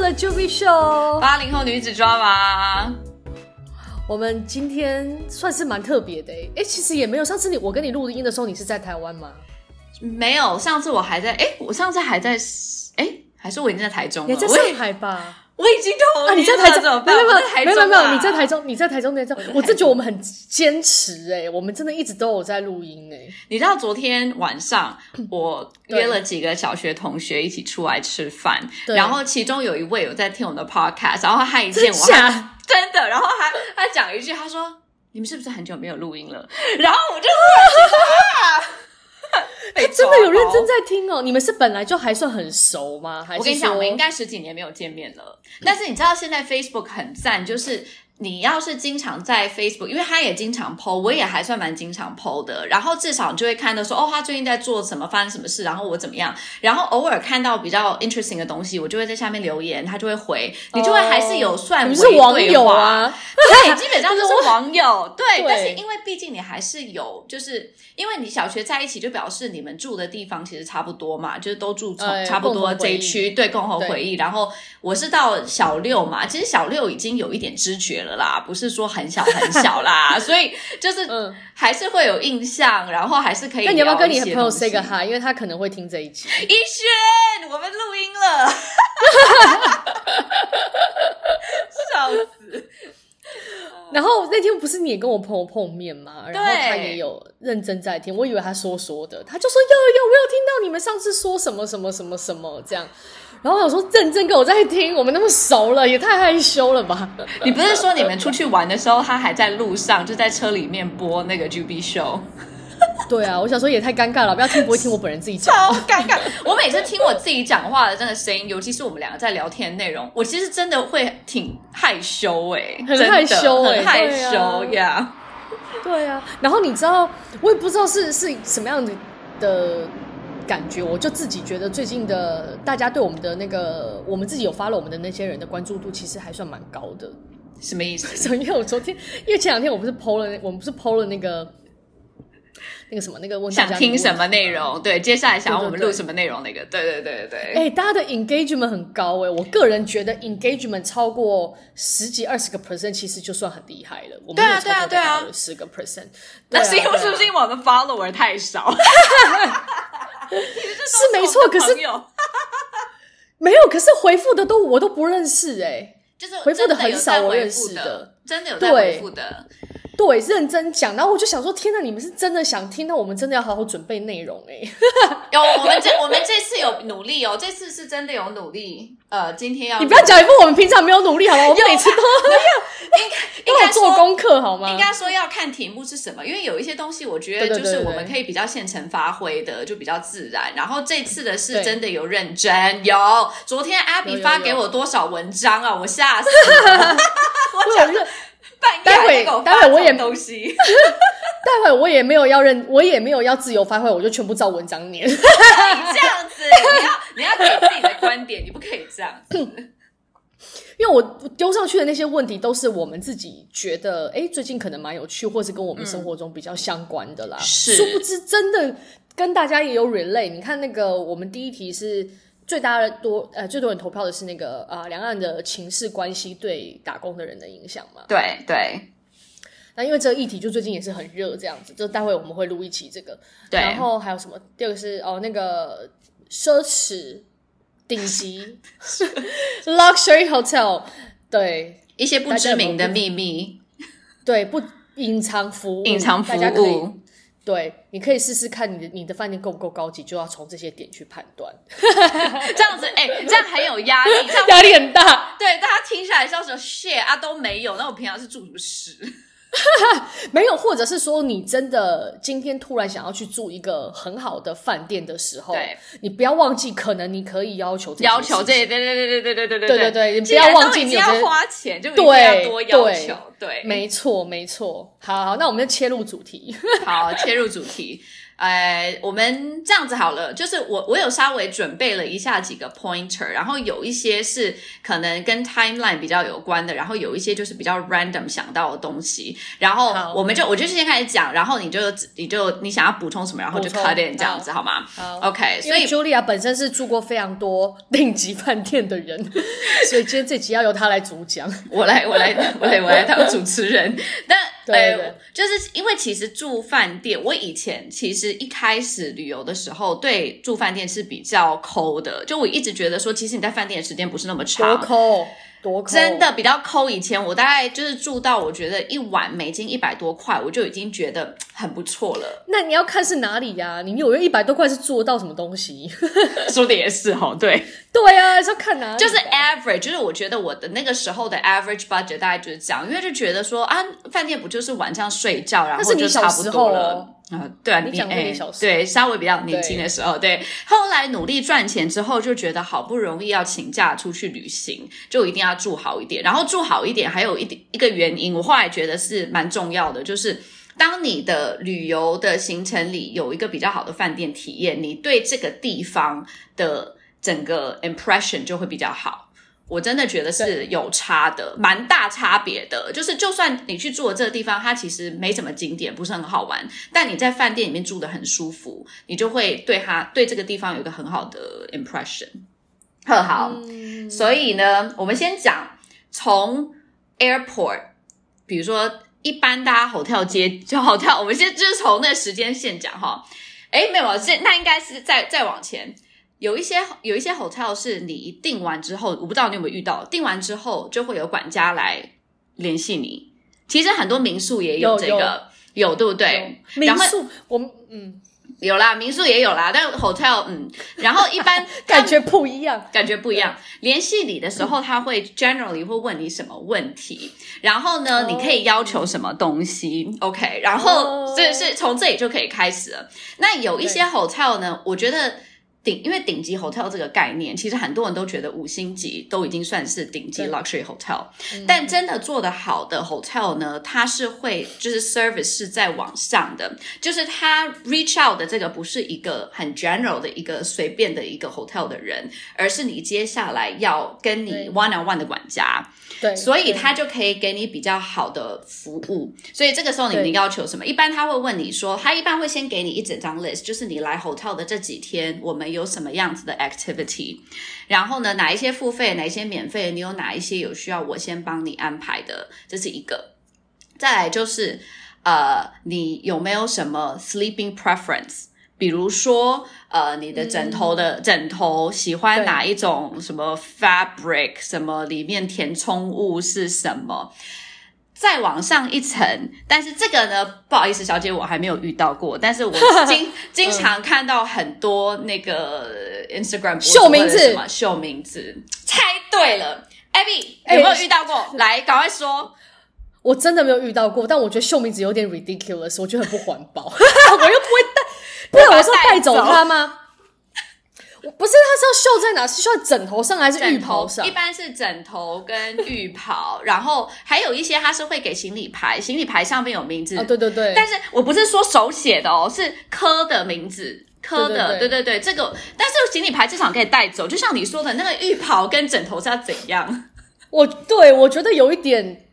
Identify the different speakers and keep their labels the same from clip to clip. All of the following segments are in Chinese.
Speaker 1: 的 Juby Show，
Speaker 2: 八零后女子抓娃，
Speaker 1: 我们今天算是蛮特别的诶、诶其实也没有，上次你我跟你录音的时候，你是在台湾吗？
Speaker 2: 没有，上次我还在，哎，我上次还在，哎，还是我已经在台中
Speaker 1: 你
Speaker 2: 了，
Speaker 1: 还在
Speaker 2: 我
Speaker 1: 上
Speaker 2: 已
Speaker 1: 海吧？
Speaker 2: 我已经
Speaker 1: 啊，
Speaker 2: 同
Speaker 1: 你
Speaker 2: 年
Speaker 1: 在
Speaker 2: 了
Speaker 1: 台中
Speaker 2: 怎么？
Speaker 1: 哦没
Speaker 2: 办？
Speaker 1: 有
Speaker 2: 我在
Speaker 1: 没有没有没有，
Speaker 2: 啊
Speaker 1: 你在台，中，你在台中那张，我真
Speaker 2: 台
Speaker 1: 觉得
Speaker 2: 中
Speaker 1: 我们很坚持诶、我们真的一直都有在录音欸诶、
Speaker 2: 你知道昨天 晚上我
Speaker 1: 对
Speaker 2: 约了几个小学同学一起出来吃饭，
Speaker 1: 对
Speaker 2: 然后其中有一位有在听我们的 podcast，然后他一
Speaker 1: 真
Speaker 2: 见我，他
Speaker 1: 假？
Speaker 2: 真的，然后他他讲一句，他说：“你们是不是很久没有录音了？”然后我就啊突然觉得，啊，
Speaker 1: 真的有认真
Speaker 2: 在。
Speaker 1: 在听哦？你们是本来就还算很熟吗？还是
Speaker 2: 我跟你讲，
Speaker 1: 说
Speaker 2: 我们应该十几年没有见面了。但是你知道现在 Facebook 很赞，就是你要是经常在 Facebook，因为他也经常 PO，我也还算蛮经常 PO 的。然后至少你就会看到说，哦，他最近在做什么，发生什么事，然后我怎么样。然后偶尔看到比较 interesting 的东西，我就会在下面留言，他就会回，你就会还是有算
Speaker 1: 你
Speaker 2: 为
Speaker 1: 们是
Speaker 2: 对话
Speaker 1: 网友。啊？
Speaker 2: 对， 基本上就是网友。对，
Speaker 1: 对
Speaker 2: 但是因为毕竟你还是有，就是因为你小学在一起，就表示你们住的地方其实差不多嘛，就是都住从
Speaker 1: 哎
Speaker 2: 差不多
Speaker 1: 共同
Speaker 2: 这
Speaker 1: 回忆
Speaker 2: 一区，对，共同
Speaker 1: 对
Speaker 2: 回忆。然后我是到小六嘛，其实小六已经有一点知觉了啦，不是说很小很小 啦，所以就是
Speaker 1: 嗯，
Speaker 2: 还是会有印象，然后还是可以。
Speaker 1: 那你要不要跟你的朋友 say 个
Speaker 2: 哈？
Speaker 1: hi？因为他可能会听这一集。
Speaker 2: 一轩，我们录音 了， 笑死！
Speaker 1: 然后那天不是你也跟我朋友碰面吗？然后
Speaker 2: 对
Speaker 1: 他也有认真在听，我以为他说说的，他就说有有，我有听到你们上次说什么什么什么什么这样。然后我想说认真跟我在听，我们那么熟了，也太害羞了吧？
Speaker 2: 你不是说你们出去玩的时候，他还在路上，就在车里面播那个 GB Show，
Speaker 1: 对啊，我想说也太尴尬了，不要听不会听我本人自己讲。
Speaker 2: 超尴尬。我每次听我自己讲话的真的声音，尤其是我们两个在聊天内容，我其实真的会挺害羞哎、
Speaker 1: 很
Speaker 2: 真的
Speaker 1: 害羞欸
Speaker 2: 很害
Speaker 1: 对啊
Speaker 2: 羞呀。
Speaker 1: 对啊，然后你知道，我也不知道是是什么样的的感觉，我就自己觉得最近的大家对我们的那个，我们自己有发了我们的那些人的关注度，其实还算蛮高的。
Speaker 2: 什么意思？
Speaker 1: 所 以因为我昨天，因为前两天我不是 PO 了那，我们不是 PO 了那个那个什么那个问大
Speaker 2: 想
Speaker 1: 家
Speaker 2: 听什
Speaker 1: 的
Speaker 2: 么内容？对，接下来想要我们
Speaker 1: 对对
Speaker 2: 录
Speaker 1: 对
Speaker 2: 什么内容？那个，对对对对对。
Speaker 1: 问题？哎、大家的 engagement 很高哎、我个人觉得 engagement 超过十几二十个 percent，其实就算很厉害了。我们
Speaker 2: 对啊
Speaker 1: 没有超过
Speaker 2: 对啊对啊
Speaker 1: 十个 percent，
Speaker 2: 那是因为
Speaker 1: 对啊
Speaker 2: 是不是因为我们 follower 太少？
Speaker 1: 是没错？可是没有，可是回复的都我都不认识哎、
Speaker 2: 就是
Speaker 1: 回复
Speaker 2: 真
Speaker 1: 的
Speaker 2: 的
Speaker 1: 很
Speaker 2: 有
Speaker 1: 少
Speaker 2: 在
Speaker 1: 我
Speaker 2: 回
Speaker 1: 认
Speaker 2: 复
Speaker 1: 识
Speaker 2: 的
Speaker 1: 的，
Speaker 2: 真的有在
Speaker 1: 对
Speaker 2: 回复的。
Speaker 1: 对，认真讲，然后我就想说，天呐，你们是真的想听，那我们真的要好好准备内容哎、
Speaker 2: 有我们这我们这次有努力哦，这次是真的有努力。呃，今天要
Speaker 1: 你不要讲一副我们平常没有努力好吗？我们
Speaker 2: 有啊
Speaker 1: 每次都
Speaker 2: 应
Speaker 1: 都
Speaker 2: 该
Speaker 1: 有做
Speaker 2: 说。
Speaker 1: 功课好吗？
Speaker 2: 应该说要看题目是什么，因为有一些东西我觉
Speaker 1: 对
Speaker 2: 得
Speaker 1: 对
Speaker 2: 就是
Speaker 1: 对
Speaker 2: 我
Speaker 1: 对
Speaker 2: 们可以比较现成发挥的，就比较自然。然后这次的是
Speaker 1: 对
Speaker 2: 真的有认真，有昨天阿
Speaker 1: 有
Speaker 2: 比
Speaker 1: 有
Speaker 2: 发
Speaker 1: 有
Speaker 2: 给我多少文章啊，我吓死 了！ 我讲
Speaker 1: 我有认
Speaker 2: 半夜
Speaker 1: 待
Speaker 2: 还
Speaker 1: 会
Speaker 2: 给我
Speaker 1: 待
Speaker 2: 发
Speaker 1: 会我
Speaker 2: 这
Speaker 1: 也
Speaker 2: 种 东西，
Speaker 1: 待会我也没有要认，我也没有要自由发挥，我就全部照文章念。
Speaker 2: 你这样子，你要你要给自己的观点，你不可以这样 子。
Speaker 1: 因为我丢上去的那些问题都是我们自己觉得，哎，最近可能蛮有趣，或是跟我们生活中比较相关的啦。
Speaker 2: 是
Speaker 1: 殊不知真的跟大家也有 relay。你看那个，我们第一题是最大的多，呃，最多人投票的是那个啊、呃两岸的情势关系对打工的人的影响嘛。
Speaker 2: 对对
Speaker 1: 那因为这个议题就最近也是很热，这样子，就待会我们会录一期这个。
Speaker 2: 对，
Speaker 1: 然后还有什么？第二个是哦，那个奢侈顶 级 luxury hotel，对
Speaker 2: 一些不知名的秘密、
Speaker 1: 对，不隐藏服务，
Speaker 2: 隐藏服
Speaker 1: 大家可以
Speaker 2: 务，
Speaker 1: 对，你可以试试看你的你的饭店够不够高级，就要从这些点去判断，
Speaker 2: 这样子，哎、这样很有压力。这样
Speaker 1: 压力很大。
Speaker 2: 对大家听下来像什么 shit 啊都没有，那我平常是住什么室？
Speaker 1: 没有，或者是说你真的今天突然想要去住一个很好的饭店的时候
Speaker 2: 对，
Speaker 1: 你不要忘记，可能你可以要求这些
Speaker 2: 要求
Speaker 1: 事
Speaker 2: 这
Speaker 1: 情
Speaker 2: 些，对对对对对对对
Speaker 1: 对
Speaker 2: 对
Speaker 1: 对对你
Speaker 2: 既
Speaker 1: 不要
Speaker 2: 然
Speaker 1: 忘
Speaker 2: 都
Speaker 1: 记
Speaker 2: 已
Speaker 1: 你
Speaker 2: 经
Speaker 1: 有
Speaker 2: 要
Speaker 1: 这
Speaker 2: 花钱，就一定要
Speaker 1: 对
Speaker 2: 多要
Speaker 1: 对
Speaker 2: 求。对，
Speaker 1: 没错没错。好好，那我们就切入主题。
Speaker 2: 好，切入主题。呃，我们这样子好了，就是我我有稍微准备了一下几个 pointer，然后有一些是可能跟 timeline 比较有关的，然后有一些就是比较 random 想到的东西，然后
Speaker 1: 好
Speaker 2: 我们就我就先开始讲，然后你就你就你想要补充什么，然后就
Speaker 1: 补充
Speaker 2: cut in 这样 子好吗
Speaker 1: 好
Speaker 2: ？OK，
Speaker 1: 因
Speaker 2: 所以
Speaker 1: 为 Julia 本身是住过非常多顶级饭店的 人，所以今天这集要由她来主讲。
Speaker 2: 我来，我来，我来，我来当主持人。但
Speaker 1: 对
Speaker 2: 呃
Speaker 1: 对，
Speaker 2: 就是因为其实住饭店，我以前其实一开始旅游的时候，对住饭店是比较抠的。就我一直觉得说，其实你在饭店的时间不是那么
Speaker 1: 多
Speaker 2: 长，
Speaker 1: 抠，多抠，
Speaker 2: 真的比较抠。以前我大概就是住到我觉得一晚美金一百多块，我就已经觉得很不错了。
Speaker 1: 那你要看是哪里呀、你纽约一百多块是做到什么东西？
Speaker 2: 说的也是哦，对。
Speaker 1: 对啊，是要看哪里吧。
Speaker 2: 就是 average，就是我觉得我的那个时候的 average budget 大概就是这样，因为就觉得说啊，饭店不就是晚上睡觉，然后
Speaker 1: 那是你
Speaker 2: 就差不
Speaker 1: 小时
Speaker 2: 多
Speaker 1: 候
Speaker 2: 了
Speaker 1: 哦。
Speaker 2: 啊、对啊，
Speaker 1: 你
Speaker 2: 比
Speaker 1: 讲过
Speaker 2: 哎
Speaker 1: 你小时候
Speaker 2: 对，稍微比较年轻的时候，对。后来努力赚钱之后，就觉得好不容易要请假出去旅行，就一定要住好一点。然后住好一点，还有一点一个原因，我后来觉得是蛮重要的，就是当你的旅游的行程里有一个比较好的饭店体验，你对这个地方的整个 impression 就会比较好。我真的觉得是有差的，蛮大差别的。就是就算你去住的这个地方，它其实没什么景点，不是很好玩，但你在饭店里面住的很舒服，你就会对它对这个地方有一个很好的 impression。很好，
Speaker 1: 嗯
Speaker 2: 所以呢，我们先讲从 airport，比如说一般大家 hotel 接就 hotel，我们先就是从那个时间线讲哈。诶，没有，啊是那应该是再再往前，有一些有一些 hotel 是你订完之后，我不知道你有没有遇到，订完之后就会有管家来联系你。其实很多民宿也
Speaker 1: 有
Speaker 2: 这个，有对不对？然
Speaker 1: 民
Speaker 2: 后
Speaker 1: 宿，我们嗯，
Speaker 2: 有啦，民宿也有啦，但 hotel 嗯，然后一 般
Speaker 1: 感觉不一样。
Speaker 2: 感觉不一样。联系你的时候，他会 generally 会问你什么问题，然后
Speaker 1: 哦
Speaker 2: 呢，你可以要求什么东西，OK？然后
Speaker 1: 哦
Speaker 2: 这是从这里就可以开始了。那有一些 hotel 呢，我觉得。顶，因为顶级 hotel 这个概念，其实很多人都觉得五星级都已经算是顶级
Speaker 1: 对嗯
Speaker 2: luxury hotel，但真的做得好的 hotel 呢，它是会就是 service 是在往上的，就是它 reach out 的这个不是一个很 general 的一个随便的一个 hotel 的人，而是你接下来要跟你
Speaker 1: 对
Speaker 2: one on one 的管家，
Speaker 1: 对，
Speaker 2: 所
Speaker 1: 对
Speaker 2: 以他就可以给你比较好的服务。所以这个时候你
Speaker 1: 对
Speaker 2: 你要求什么？一般他会问你说，他一般会先给你一整张 list，就是你来 hotel 的这几天，我们有什么样子的 activity，然后呢，哪一些付费，哪一些免费，你有哪一些有需要我先帮你安排的，这是一个。再来就是，呃，你有没有什么 sleeping preference？比如说，呃，你的枕头
Speaker 1: 嗯
Speaker 2: 的、枕头喜欢哪一种什么 fabric，什么里面填充物是什么？再往上一层，但是这个呢，不好意思，小姐，我还没有遇到过，但 是我
Speaker 1: 嗯
Speaker 2: 经经常看到很多那个呃 Instagram 博主
Speaker 1: 秀名字
Speaker 2: 或者什么秀名字，猜对了，Abby
Speaker 1: 哎
Speaker 2: 有没有遇到过？ 来，赶快说，
Speaker 1: 我真的没有遇到过，但我觉得秀名字有点 ridiculous，我觉得很不环保。 我又不会带，不然我是要带走它吗？我不是，它是要秀在哪？是秀在枕头上还是浴
Speaker 2: 枕
Speaker 1: 袍
Speaker 2: 头
Speaker 1: 上
Speaker 2: 一？般是枕头跟浴袍， 然后还有一些它是会给行李牌，行李牌上面有名字，
Speaker 1: 哦，对对对，
Speaker 2: 但是我不是说手写的哦，是科的名字。科的，对
Speaker 1: 对
Speaker 2: 对对，这个，但是行李牌至少可以带走，就像你说的那个浴袍跟枕头是要怎样？
Speaker 1: 我对我觉得有一点，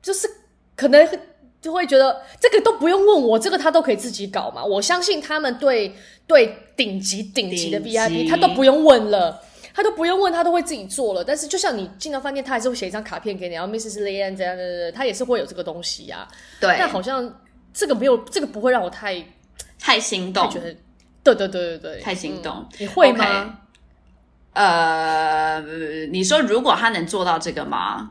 Speaker 1: 就是可能就会觉得这个都不用问我，这个他都可以自己搞嘛。我相信他们对对顶级顶级的
Speaker 2: 顶级
Speaker 1: VIP，他都不用问了。他都不用问，他都会自己做了。但是就像你进到饭店，他还是会写一张卡片给你，然后 Mrs. Leanne 这样这样这样，他也是会有这个东西呀、
Speaker 2: 对
Speaker 1: 但好像这个没有，这个不会让我太
Speaker 2: 太心
Speaker 1: 太
Speaker 2: 动
Speaker 1: 觉，得，对对对对对，
Speaker 2: 太心动
Speaker 1: 嗯你会
Speaker 2: OK
Speaker 1: 吗？
Speaker 2: 呃，你说如果他能做到这个吗？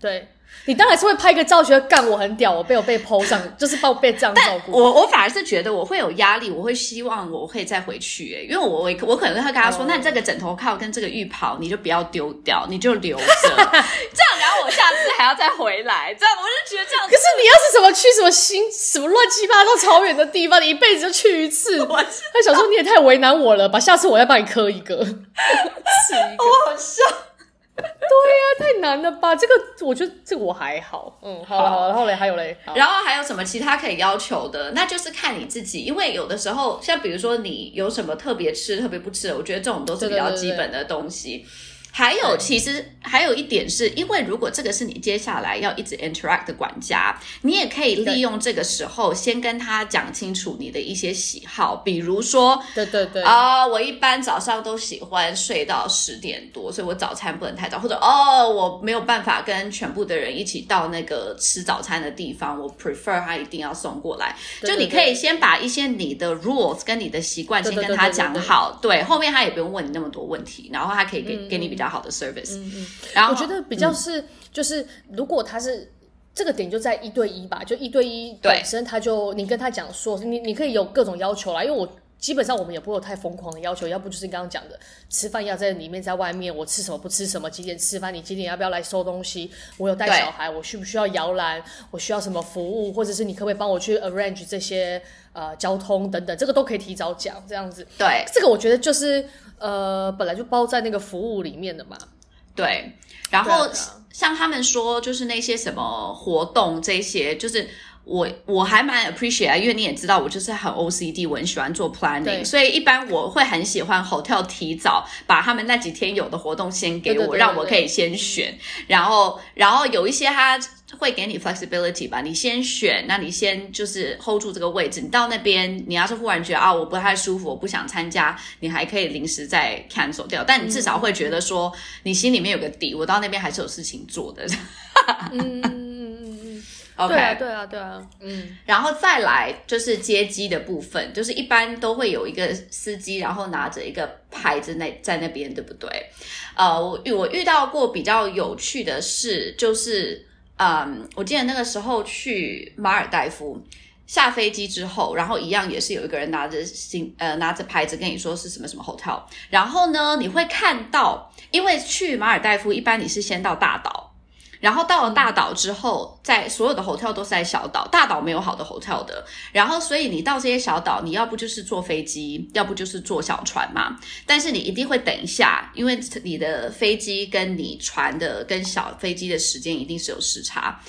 Speaker 1: 对，你当然是会拍个照，觉得干我很屌，我被我被 PO 上，就是被我被这样照顾。
Speaker 2: 我我反而是觉得我会有压力，我会希望我可以再回去、欸，因为我我我可能会跟他说，
Speaker 1: 哦
Speaker 2: 那这个枕头靠跟这个浴袍你就不要丢掉，你就留着， 这样然后我下次还要再回来，这样我就觉得这样
Speaker 1: 可是你要是什么去什么新什么乱七八糟超远的地方，你一辈子就去一次，
Speaker 2: 我是
Speaker 1: 他想说你也太为难我了吧，下次我再帮你磕一个，是一个。
Speaker 2: 我好笑。
Speaker 1: 太难了吧？这个我觉得这个我还好，嗯，好了
Speaker 2: 好
Speaker 1: 好了，然后嘞还有嘞，好
Speaker 2: 然后还有什么其他可以要求的？那就是看你自己，因为有的时候，像比如说你有什么特别吃、特别不吃的，我觉得这种都是比较
Speaker 1: 对对对
Speaker 2: 基本的东西。还有，
Speaker 1: 对
Speaker 2: 其实还有一点是，因为如果这个是你接下来要一直 interact 的管家，你也可以利用这个时候先跟他讲清楚你的一些喜好，比如说，
Speaker 1: 对对对，
Speaker 2: 啊、我一般早上都喜欢睡到十点多，所以我早餐不能太早，或者哦，我没有办法跟全部的人一起到那个吃早餐的地方，我 prefer 他一定要送过来。
Speaker 1: 对
Speaker 2: 就你
Speaker 1: 对
Speaker 2: 可以先把一些你的 rules 跟你的习惯
Speaker 1: 对
Speaker 2: 先
Speaker 1: 对
Speaker 2: 跟
Speaker 1: 对
Speaker 2: 他
Speaker 1: 对对
Speaker 2: 讲
Speaker 1: 对嗯
Speaker 2: 好，对，后面他也不用问你那么多问题，然后他可以给、给你比较好的 service。然后
Speaker 1: 我觉得比
Speaker 2: 嗯
Speaker 1: 较是、就是如果他是。这个点就在一对一吧，就一对一
Speaker 2: 对
Speaker 1: 本身他就你跟他讲说，你你可以有各种要求啦，因为我基本上我们也不会有太疯狂的要求，要不就是刚刚讲的，吃饭要在里面在外面，我吃什么不吃什么，几点吃饭，你几点要不要来收东西，我有带
Speaker 2: 对
Speaker 1: 小孩，我需不需要摇篮，我需要什么服务，或者是你可不可以帮我去 arrange 这些呃交通等等，这个都可以提早讲，这样子，
Speaker 2: 对
Speaker 1: 这个我觉得就是呃本来就包在那个服务里面的嘛，
Speaker 2: 对，然
Speaker 1: 对啊
Speaker 2: 后
Speaker 1: 对啊
Speaker 2: 像他们说，就是那些什么活动这些，就是。我我还蛮 appreciate，啊因为你也知道我就是很 OCD，我很喜欢做 planning，
Speaker 1: 对
Speaker 2: 所以一般我会很喜欢 hotel 提早把他们那几天有的活动先给我，
Speaker 1: 对对对对
Speaker 2: 让我
Speaker 1: 对
Speaker 2: 可以先选，然后然后有一些他会给你 flexibility 吧，你先选，那你先就是 hold 住这个位置，你到那边你要是忽然觉得啊我不太舒服，我不想参加，你还可以临时再 cancel 掉，但你至少会觉得说你心里面有个底，我到那边还是有事情做的。
Speaker 1: 嗯嗯嗯嗯
Speaker 2: OK，
Speaker 1: 对啊，对啊，对啊，嗯，
Speaker 2: 然后再来就是接机的部分，就是一般都会有一个司机，然后拿着一个牌子那在那边，对不对？呃，我遇我遇到过比较有趣的事，就是嗯，我记得那个时候去马尔代夫。下飞机之后，然后一样也是有一个人拿着行呃拿着牌子跟你说是什么什么 hotel，然后呢你会看到，因为去马尔代夫一般你是先到大岛，然后到了大岛之后，在所有的 hotel 都是在小岛，大岛没有好的 hotel 的。然后，所以你到这些小岛，你要不就是坐飞机，要不就是坐小船嘛。但是你一定会等一下，因为你的飞机跟你船的跟小飞机的时间一定是有时差。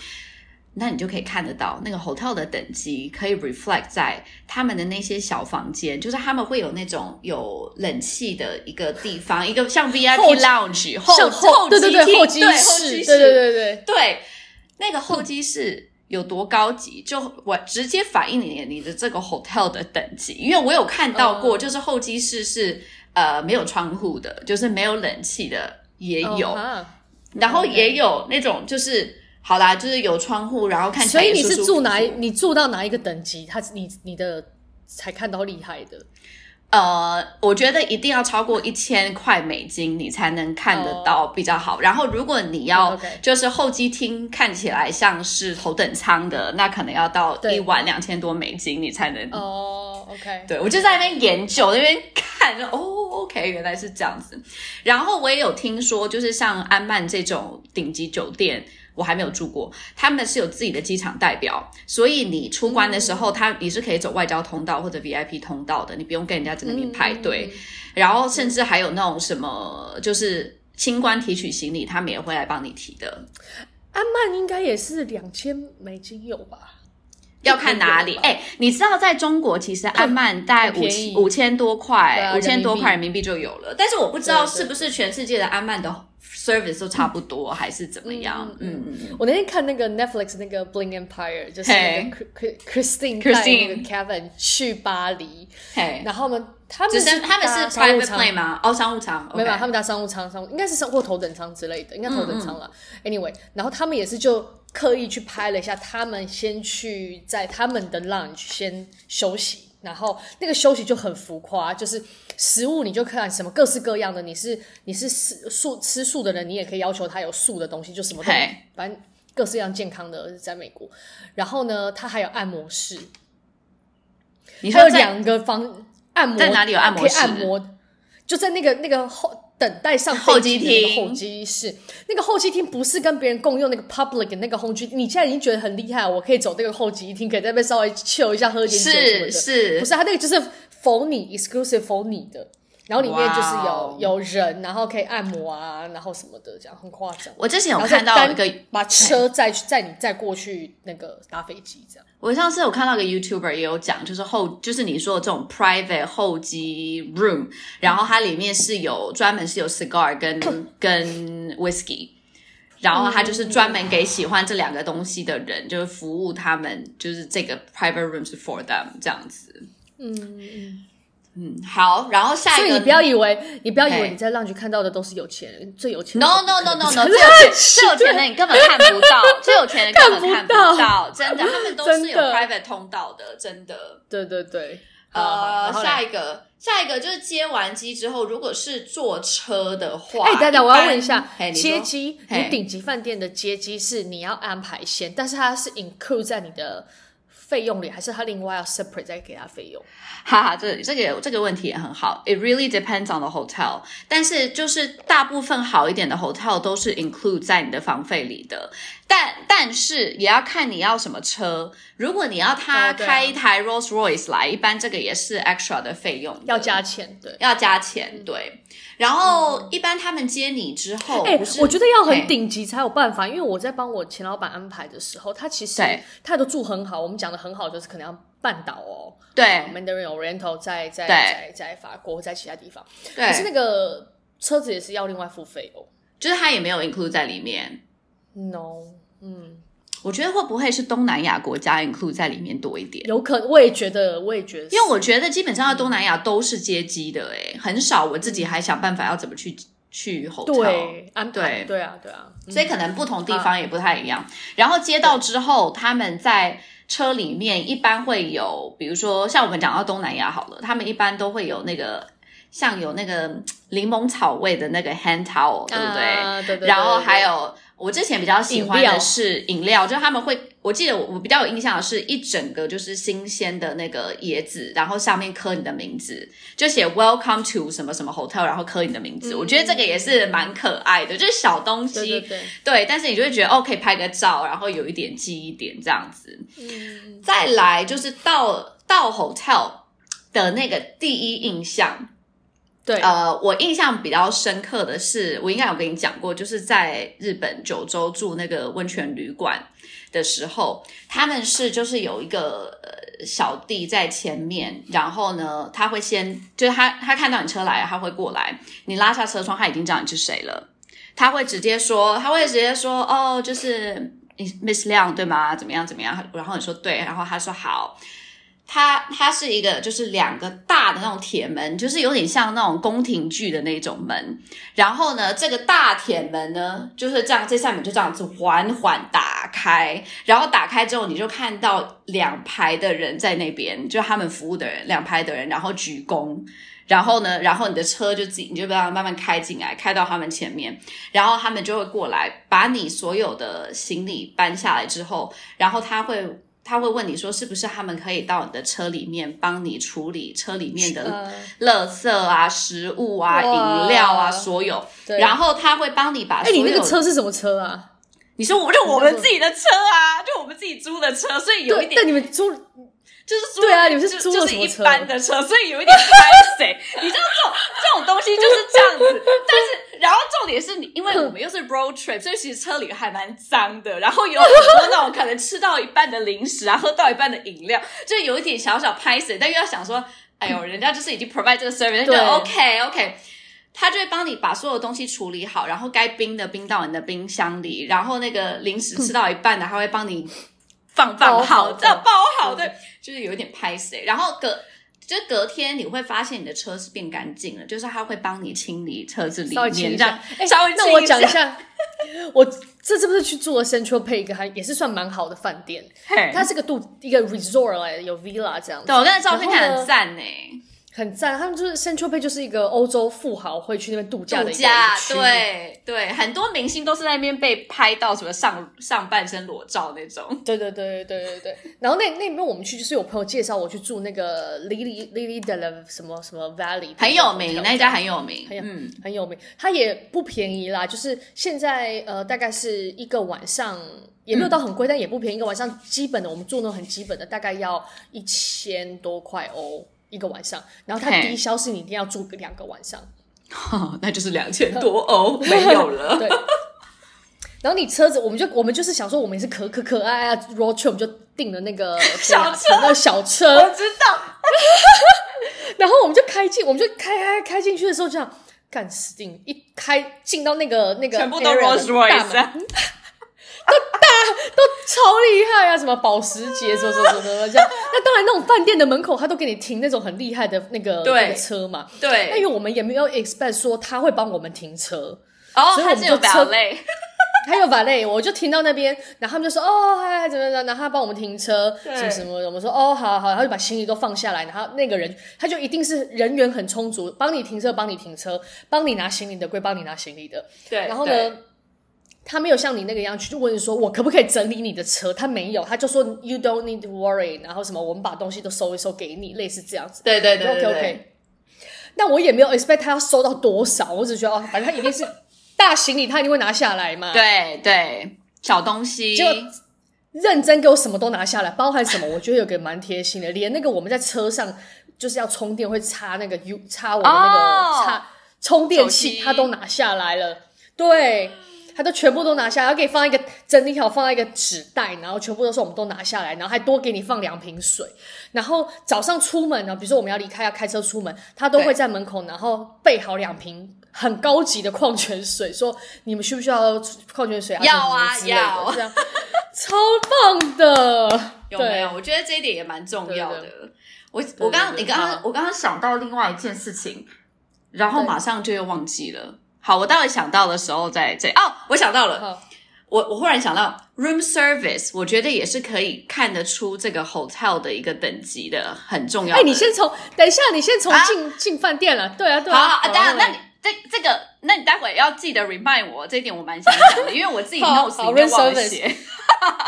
Speaker 2: 那你就可以看得到那个 hotel 的等级可以 reflect 在他们的那些小房间，就是他们会有那种有冷气的一个地方，一个像 VIP
Speaker 1: 后
Speaker 2: lounge
Speaker 1: 像
Speaker 2: 后
Speaker 1: 对对对
Speaker 2: 机厅
Speaker 1: 后机
Speaker 2: 对
Speaker 1: 室，
Speaker 2: 机
Speaker 1: 对对对对，
Speaker 2: 对，那个候机室有多高级，就我直接反映你你的这个 hotel 的等级，因为我有看到过，
Speaker 1: 嗯
Speaker 2: 就是候机室是呃没有窗户的，就是没有冷气的也
Speaker 1: 哦
Speaker 2: 有，
Speaker 1: 哈
Speaker 2: 然后
Speaker 1: OK
Speaker 2: 也有那种就是好啦，就是有窗户，然后看起
Speaker 1: 所
Speaker 2: 来
Speaker 1: 以
Speaker 2: 也
Speaker 1: 你
Speaker 2: 舒
Speaker 1: 是
Speaker 2: 舒
Speaker 1: 住
Speaker 2: 服
Speaker 1: 哪一？
Speaker 2: 服
Speaker 1: 你住到哪一个等级？他你你的才看到厉害的，
Speaker 2: 呃，我觉得一定要超过一千块美金，你才能看得到比较好。然后，如果你要
Speaker 1: 哦 OK
Speaker 2: 就是候机厅看起来像是头等舱的，那可能要到
Speaker 1: 对
Speaker 2: 一晚两千多美金，你才能。
Speaker 1: 哦，OK，
Speaker 2: 嗯对，我就在那边研究，那边看，就哦，OK，原来是这样子。然后我也有听说，就是像安曼这种顶级酒店，我还没有住过，他们是有自己的机场代表，所以你出关的时候，他你是可以走外交通道或者 VIP 通道的，你不用跟人家在那边排队。
Speaker 1: 嗯
Speaker 2: 然后甚至还有那种什么，就是清关提取行李，他们也会来帮你提的，
Speaker 1: 安曼应该也是两千美金有吧？
Speaker 2: 要看哪里。
Speaker 1: 这个
Speaker 2: 哎、你知道在中国其实安曼大概
Speaker 1: 很
Speaker 2: 五
Speaker 1: 便宜
Speaker 2: 五千多
Speaker 1: 对
Speaker 2: 块，
Speaker 1: 啊
Speaker 2: 五千、
Speaker 1: 人民
Speaker 2: 多
Speaker 1: 币
Speaker 2: 块人民币就有了，但是我不知道
Speaker 1: 对对
Speaker 2: 是不是全世界的安曼的 service 都差不多，还是怎么样？嗯嗯嗯。
Speaker 1: 我那天看那个 Netflix 那个《Bling Empire》，就是那个 Chri- Chri- Christine 带那个
Speaker 2: Christine
Speaker 1: Kevin 去巴黎，
Speaker 2: 嘿，
Speaker 1: 然后呢，他们
Speaker 2: 只嗯是他们是
Speaker 1: 搭商务
Speaker 2: private
Speaker 1: 舱
Speaker 2: plane 吗？哦，商务舱，OK，
Speaker 1: 没有，他们搭商务舱，商务应该是商或头等舱之类的，应该头等舱啦。Anyway，然后他们也是就刻意去拍了一下，他们先去在他们的 lounge 先休息，然后那个休息就很浮夸，就是食物你就看什么各式各样的，你是你是吃素吃素的人，你也可以要求他有素的东西，就什么都
Speaker 2: 嘿
Speaker 1: 反正各式各样健康的，在美国。然后呢，它还有按摩室，
Speaker 2: 你
Speaker 1: 还有
Speaker 2: 说在
Speaker 1: 两个房按摩，
Speaker 2: 在哪里有按摩
Speaker 1: 可以
Speaker 2: 室
Speaker 1: 按摩，就在那个那个后等待上
Speaker 2: 候
Speaker 1: 飞
Speaker 2: 机
Speaker 1: 机的
Speaker 2: 厅
Speaker 1: 那个候机室，那个候机厅不是跟别人共用那个 public 的那个候机，你现在已经觉得很厉害，我可以走那个候机厅，可以在那边稍微 chill 一下，喝点酒什么
Speaker 2: 是
Speaker 1: 的。
Speaker 2: 是
Speaker 1: 不是，它那个就是 for 你 exclusive for 你的，然后里面就是有、
Speaker 2: 哇哦
Speaker 1: 有人，然后可以按摩啊，然后什么的，这样很夸张。
Speaker 2: 我之前有
Speaker 1: 然后再
Speaker 2: 看到
Speaker 1: 单
Speaker 2: 一个
Speaker 1: 把车载去载你再过去那个搭飞机这样。
Speaker 2: 我上次有看到一个 YouTuber 也有讲，就是后就是你说的这种 private 候机 room，然后它里面是有专门是有 cigar 跟 跟 whisky，然后它就是专门给喜欢这两个东西的人，
Speaker 1: 嗯
Speaker 2: 就是服务他们，就是这个 private room 是 for them 这样子。
Speaker 1: 嗯，
Speaker 2: 嗯，好，然后下
Speaker 1: 所
Speaker 2: 一
Speaker 1: 以
Speaker 2: 个
Speaker 1: 你不要以为你不要以为
Speaker 2: 哎
Speaker 1: 你在浪局看到的都是有钱人，最有钱的
Speaker 2: No no no no no，
Speaker 1: 真
Speaker 2: 最
Speaker 1: 的
Speaker 2: 有钱最有钱的你根本看不到，最有钱的根本
Speaker 1: 看
Speaker 2: 看不
Speaker 1: 不到
Speaker 2: 到，真的，他们都是
Speaker 1: 真
Speaker 2: 有
Speaker 1: 的
Speaker 2: private 通道的，真的。
Speaker 1: 对对对，
Speaker 2: 呃，下
Speaker 1: 一
Speaker 2: 一个，下一个就是接完机之后，如果是坐车的话，
Speaker 1: 哎，等等，我要问一
Speaker 2: 一
Speaker 1: 下
Speaker 2: 般嘿，你说
Speaker 1: 接机，
Speaker 2: 嘿
Speaker 1: 你顶级饭店的接机是你要安排先，但是它是 include 在你的费用里，还是它另外要 separate 再给它费用？
Speaker 2: 哈哈，这这个这个问题也很好。It really depends on the hotel，但是就是大部分好一点的 hotel 都是 include 在你的房费里的，但但是也要看你要什么车。如果你要他
Speaker 1: 哦对啊
Speaker 2: 开一台 Rolls Royce 来，一般这个也是 extra 的费用的，
Speaker 1: 要加钱，对。
Speaker 2: 要加钱，对。然后一般他们接你之后，
Speaker 1: 哎、
Speaker 2: 不是
Speaker 1: 我觉得要很
Speaker 2: 嘿
Speaker 1: 顶级才有办法，因为我在帮我前老板安排的时候，他其实
Speaker 2: 对
Speaker 1: 他都住很好，我们讲的很好，就是可能要半岛哦，
Speaker 2: 对
Speaker 1: Mandarin Oriental 在在
Speaker 2: 对
Speaker 1: 在在法国，在其他地方，
Speaker 2: 对，
Speaker 1: 可是那个车子也是要另外付费哦。
Speaker 2: 就是他也没有 include 在里面。
Speaker 1: No，嗯，
Speaker 2: 我觉得会不会是东南亚国家 include 在里面多一点？
Speaker 1: 有可我也觉得，我也觉得是，
Speaker 2: 因为我觉得基本上在东南亚都是接机的、欸，很少我自己还想办法要怎么去去 hotel。
Speaker 1: 对安排
Speaker 2: 对
Speaker 1: 对啊对啊，嗯
Speaker 2: 所以可能不同地方也不太一样。然后接到之后，他们在车里面一般会有，比如说像我们讲到东南亚好了，他们一般都会有那个像有那个嗯柠檬草味的那个 hand towel，对不对？
Speaker 1: 啊对对对
Speaker 2: 然后
Speaker 1: 对对
Speaker 2: 还有我之前比较喜欢
Speaker 1: 饮
Speaker 2: 的
Speaker 1: 料
Speaker 2: 是饮料，就是他们会，我记得我我比较有印象的是一整个就是新鲜的那个椰子，然后上面刻你的名字，就写 Welcome to 什么什么 hotel，然后刻你的名字。我觉得这个也是蛮可爱的，就是小东西，
Speaker 1: 对对对，
Speaker 2: 对，但是你就会觉得哦，可以拍个照，然后有一点记忆点这样子。
Speaker 1: 嗯，
Speaker 2: 再来就是到到 hotel 的那个第一印象，
Speaker 1: 对，
Speaker 2: 呃，我印象比较深刻的是，我应该有跟你讲过，就是在日本九州住那个温泉旅馆的时候，他们是就是有一个呃小弟在前面，然后呢，他会先就是他他看到你车来了，他会过来，你拉下车窗，他已经知道你是谁了，他会直接说，他会直接说，哦，就是你 Miss 亮对吗？啊怎么样怎么样？然后你说对，然后他说好，它它是一个就是两个大的那种铁门，就是有点像那种宫廷剧的那种门。然后呢，这个大铁门呢就是这样，这扇门就这样子缓缓打开，然后打开之后你就看到两排的人在那边，就他们服务的人，两排的人，然后鞠躬。然后呢，然后你的车就自己，你就这样慢慢开进来，开到他们前面，然后他们就会过来把你所有的行李搬下来之后，然后他会他会问你说是不是他们可以到你的车里面帮你处理车里面的
Speaker 1: 呃，
Speaker 2: 垃圾啊、食物啊、
Speaker 1: 哇
Speaker 2: 饮料啊所有，
Speaker 1: 对
Speaker 2: 然后他会帮你把
Speaker 1: 哎，
Speaker 2: 所有
Speaker 1: 你那个车是什么车啊？
Speaker 2: 你说我就 我们自己的车啊，就我们自己租的车，所以有一
Speaker 1: 对，
Speaker 2: 点
Speaker 1: 但你们租
Speaker 2: 就是租
Speaker 1: 对啊你们是
Speaker 2: 就
Speaker 1: 租了
Speaker 2: 就是
Speaker 1: 什么
Speaker 2: 一
Speaker 1: 车
Speaker 2: 般的车， 所以有一点拍谁， 你知道这种这种东西就是这样子。但是，然后重点是你，因为我们又是 road trip，所以其实车里还蛮脏的，然后有很多那种可能吃到一半的零食啊，喝到一半的饮料，就有一点小小拍谁，但又要想说，哎呦，人家就是已经 provide 这个 service，就
Speaker 1: 对
Speaker 2: OK OK。他就会帮你把所有东西处理好，然后该冰的冰到你的冰箱里，然后那个零食吃到一半的，他会帮你放放
Speaker 1: 包
Speaker 2: 好，
Speaker 1: 好
Speaker 2: 这样包好，
Speaker 1: 对
Speaker 2: 对，就是有一点拍谁。然后隔就是隔天你会发现你的车是变干净了，就是他会帮你清理车子里
Speaker 1: 稍微清
Speaker 2: 面，
Speaker 1: 一
Speaker 2: 这
Speaker 1: 下
Speaker 2: 样。
Speaker 1: 哎
Speaker 2: 稍微
Speaker 1: 那我
Speaker 2: 清一
Speaker 1: 讲一
Speaker 2: 下
Speaker 1: 下， 我这次不是去住了 Central p a g 还也是算蛮好的饭店，
Speaker 2: 嘿
Speaker 1: 它是个度一个 resort 来的，有 villa 这样子
Speaker 2: 对，我刚才照片看
Speaker 1: 然后
Speaker 2: 很
Speaker 1: 呢
Speaker 2: 赞呢，
Speaker 1: 很赞。他们就是 Central p a g 就是一个欧洲富豪会去那边度假
Speaker 2: 度
Speaker 1: 的一个
Speaker 2: 假
Speaker 1: 区
Speaker 2: 对对，很多明星都是在那边被拍到什么上上半身裸照那种。
Speaker 1: 对对对对对对对。然后那那边我们去，就是有朋友介绍我去住那个 Lily Lily 的什么什么 Valley，
Speaker 2: 很有名，
Speaker 1: 的
Speaker 2: 那一家很有名，
Speaker 1: 有
Speaker 2: 嗯，
Speaker 1: 很有名，它也不便宜啦，就是现在呃大概是一个晚上也
Speaker 2: 嗯
Speaker 1: 没有到很贵，但也不便宜，一个晚上基本的我们住那种很基本的大概要一千多块欧一个晚上，然后它
Speaker 2: 嘿
Speaker 1: 低消是你一定要住两个晚上，
Speaker 2: 那就是两千多 欧，没有了。
Speaker 1: 对。然后你车子，我们就我们就是想说，我们也是可可可爱爱啊 road trip，我们就订了那个
Speaker 2: 小车
Speaker 1: 那个小车，
Speaker 2: 我知道，
Speaker 1: 然后我们就开进，我们就开开开进去的时候就这样，干死定！一开进到那个那个
Speaker 2: 全部都
Speaker 1: area 的
Speaker 2: Rolls Royce
Speaker 1: 大
Speaker 2: 啊
Speaker 1: 门都超厉害啊，什么保时捷，什么什么什么什么这样。那当然，那种饭店的门口他都给你停那种很厉害的那个
Speaker 2: 对
Speaker 1: 那个车嘛。那因
Speaker 2: 对，
Speaker 1: 为我们也没有 expect 说他会帮我们停车，
Speaker 2: 哦，
Speaker 1: 所以我
Speaker 2: 他
Speaker 1: 们
Speaker 2: 是有
Speaker 1: 就车
Speaker 2: ballet，
Speaker 1: 还有 valet，我就停到那边，然后他们就说哦嗨嗨怎么怎么，然后他帮我们停车，
Speaker 2: 对
Speaker 1: 什么什么的，我们说哦好好，然后就把行李都放下来，然后那个人他就一定是人员很充足，帮你停车，帮你停车，帮你拿行李的归帮你拿行李的，
Speaker 2: 对，
Speaker 1: 然后
Speaker 2: 对
Speaker 1: 呢？他没有像你那个样去问说，我可不可以整理你的车？他没有，他就说 you don't need to worry，然后什么我们把东西都收一收给你，类似这样子。
Speaker 2: 对对对
Speaker 1: OK
Speaker 2: 对对
Speaker 1: OK。那我也没有 expect 他要收到多少，我只觉得哦，反正他一定是大行李，他一定会拿下来 嘛。，
Speaker 2: 对对，小东西，
Speaker 1: 就认真给我什么都拿下来，包含什么，我觉得有个蛮贴心的，连那个我们在车上就是要充电会插那个 U 插我的那个、
Speaker 2: 哦
Speaker 1: 插充电
Speaker 2: 手
Speaker 1: 器，
Speaker 2: 机
Speaker 1: 他都拿下来了，对。他都全部都拿下来，然后给你放一个整理好，放在一个纸袋，然后全部都是我们都拿下来，然后还多给你放两瓶水。然后早上出门啊呢，比如说我们要离开要开车出门，他都
Speaker 2: 对
Speaker 1: 会在门口，然后备好两瓶很高级的矿泉水，说你们需不需要矿泉水啊？
Speaker 2: 要
Speaker 1: 什么
Speaker 2: 啊
Speaker 1: 之类的
Speaker 2: 要
Speaker 1: 这样超棒的，
Speaker 2: 有没有？
Speaker 1: 对？
Speaker 2: 我觉得这一点也蛮重要的。
Speaker 1: 对
Speaker 2: 我我刚刚
Speaker 1: 对
Speaker 2: 你
Speaker 1: 对
Speaker 2: 刚刚
Speaker 1: 好
Speaker 2: 我刚刚想到另外一件事情，然后
Speaker 1: 对
Speaker 2: 马上就又忘记了。好，我到底想到的时候再再哦，我想到了，
Speaker 1: 好，
Speaker 2: 我我忽然想到 room service，我觉得也是可以看得出这个 hotel 的一个等级的，很重 要
Speaker 1: 哎、
Speaker 2: 的。
Speaker 1: 你先从等一下，你先从
Speaker 2: 啊
Speaker 1: 进、进饭店了，对啊，对
Speaker 2: 好
Speaker 1: 啊。
Speaker 2: 啊，当然，那
Speaker 1: 来
Speaker 2: 你这这个，那你待会要记得 remind 我这一点，我蛮想讲的，因为我自己
Speaker 1: 好
Speaker 2: notes
Speaker 1: 好
Speaker 2: 里面
Speaker 1: room
Speaker 2: 忘了
Speaker 1: service
Speaker 2: 写，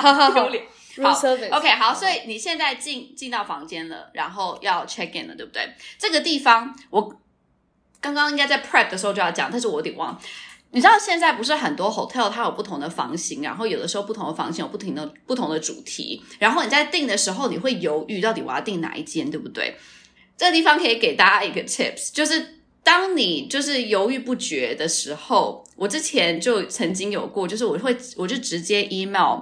Speaker 1: 好好
Speaker 2: 丢
Speaker 1: 好
Speaker 2: 脸。
Speaker 1: ，room
Speaker 2: 好
Speaker 1: service
Speaker 2: OK，好，所以你现在进进到房间了，然后要 check in 了，对不对？这个地方我刚刚应该在 prep 的时候就要讲，但是我有点忘。你知道现在不是很多 hotel 它有不同的房型，然后有的时候不同的房型有不停的不同的主题，然后你在订的时候你会犹豫到底我要订哪一间，对不对？这个地方可以给大家一个 tips，就是当你就是犹豫不决的时候，我之前就曾经有过，就是我会我就直接 email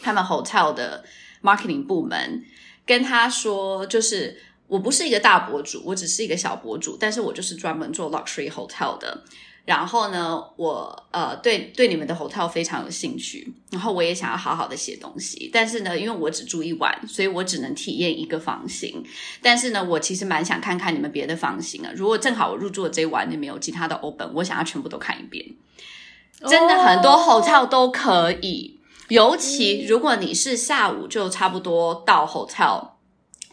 Speaker 2: 他们 hotel 的 marketing 部门，跟他说，就是我不是一个大博主，我只是一个小博主，但是我就是专门做 luxury hotel 的。然后呢，我呃对对你们的 hotel 非常有兴趣，然后我也想要好好的写东西，但是呢，因为我只住一晚，所以我只能体验一个房型。但是呢，我其实蛮想看看你们别的房型啊。如果正好我入住的这一晚你们有其他的 open，我想要全部都看一遍。真的很多
Speaker 1: 哦
Speaker 2: hotel 都可以，尤其如果你是下午就差不多到 hotel。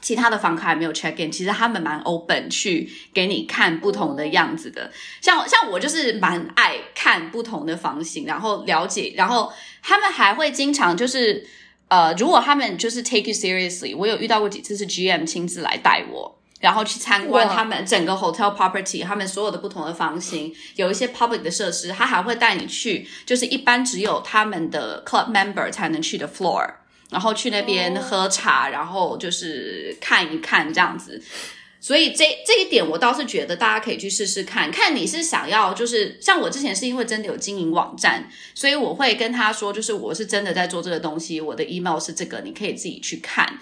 Speaker 2: 其他的房客还没有 check in，其实他们蛮 open 去给你看不同的样子的。像像我就是蛮爱看不同的房型，然后了解，然后他们还会经常就是呃，如果他们就是 take you seriously，我有遇到过几次是 GM 亲自来带我，然后去参观
Speaker 1: 哇
Speaker 2: 他们整个 hotel property，他们所有的不同的房型，有一些 public 的设施，他还会带你去，就是一般只有他们的 club member 才能去的 floor，然后去那边
Speaker 1: 哦
Speaker 2: 喝茶，然后就是看一看这样子。所以这这一点我倒是觉得大家可以去试试看，看你是想要就是像我之前是因为真的有经营网站，所以我会跟他说，就是我是真的在做这个东西，我的 email 是这个，你可以自己去看。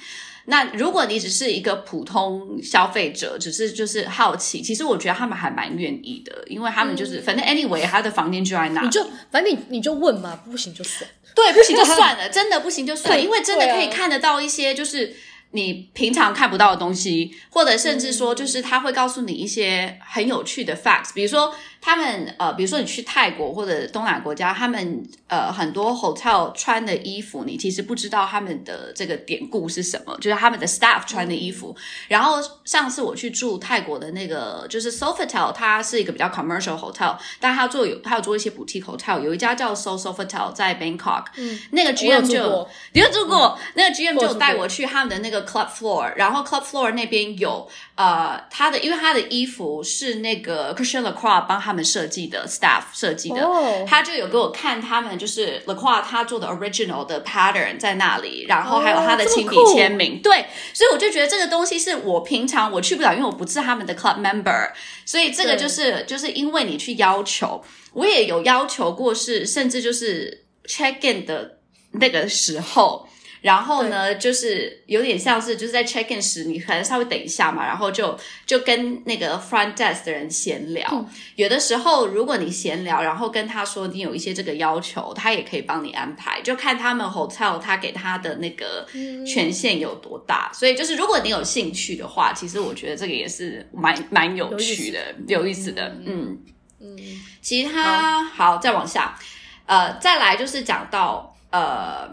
Speaker 2: 那如果你只是一个普通消费者，只是就是好奇，其实我觉得他们还蛮愿意的，因为他们就是、反正 anyway 他的房间就在那，
Speaker 1: 嗯你就反正你你就问嘛，不行就算。
Speaker 2: 对，不行就算了，真的不行就算了，因为真的
Speaker 1: 对啊
Speaker 2: 可以看得到一些就是你平常看不到的东西，或者甚至说就是他会告诉你一些很有趣的 facts，比如说他们呃，比如说你去泰国或者东南亚国家，他们呃很多 hotel 穿的衣服，你其实不知道他们的这个典故是什么，就是他们的 staff 穿的衣服。然后上次我去住泰国的那个就是 Sofitel，它是一个比较 commercial hotel，但它做有它有做一些 boutique hotel，有一家叫 So Sofitel 在 Bangkok，嗯，那个
Speaker 1: 我有
Speaker 2: GM
Speaker 1: 住
Speaker 2: 就
Speaker 1: 过，嗯
Speaker 2: 你有住过，那个 GM 就
Speaker 1: 我住
Speaker 2: 有
Speaker 1: 过
Speaker 2: 带我去他们的那个个 club floor，然后 club floor 那边有呃他的，因为他的衣服是那个 Christian Lacroix 帮他们设计的 staff 设计的
Speaker 1: 哦
Speaker 2: 他就有给我看他们就是 Lacroix 他做的 original 的 pattern 在那里，然后还有他的
Speaker 1: 哦这么
Speaker 2: 亲笔
Speaker 1: 酷
Speaker 2: 签名，对，所以我就觉得这个东西是我平常我去不了，因为我不是他们的 club member，所以这个
Speaker 1: 对
Speaker 2: 就是就是因为你去要求，我也有要求过是，甚至就是 check in 的那个时候。然后呢，就是有点像是就是在 check in 时，你可能稍微等一下嘛，然后就就跟那个 front desk 的人闲聊。有的时候，如果你闲聊，然后跟他说你有一些这个要求，他也可以帮你安排，就看他们 hotel 他给他的那个权限有多大。所以就是，如果你有兴趣的话，其实我觉得这个也是蛮蛮有趣的，有意思的。嗯，
Speaker 1: 嗯，
Speaker 2: 其他好再往下，呃，再来就是讲到呃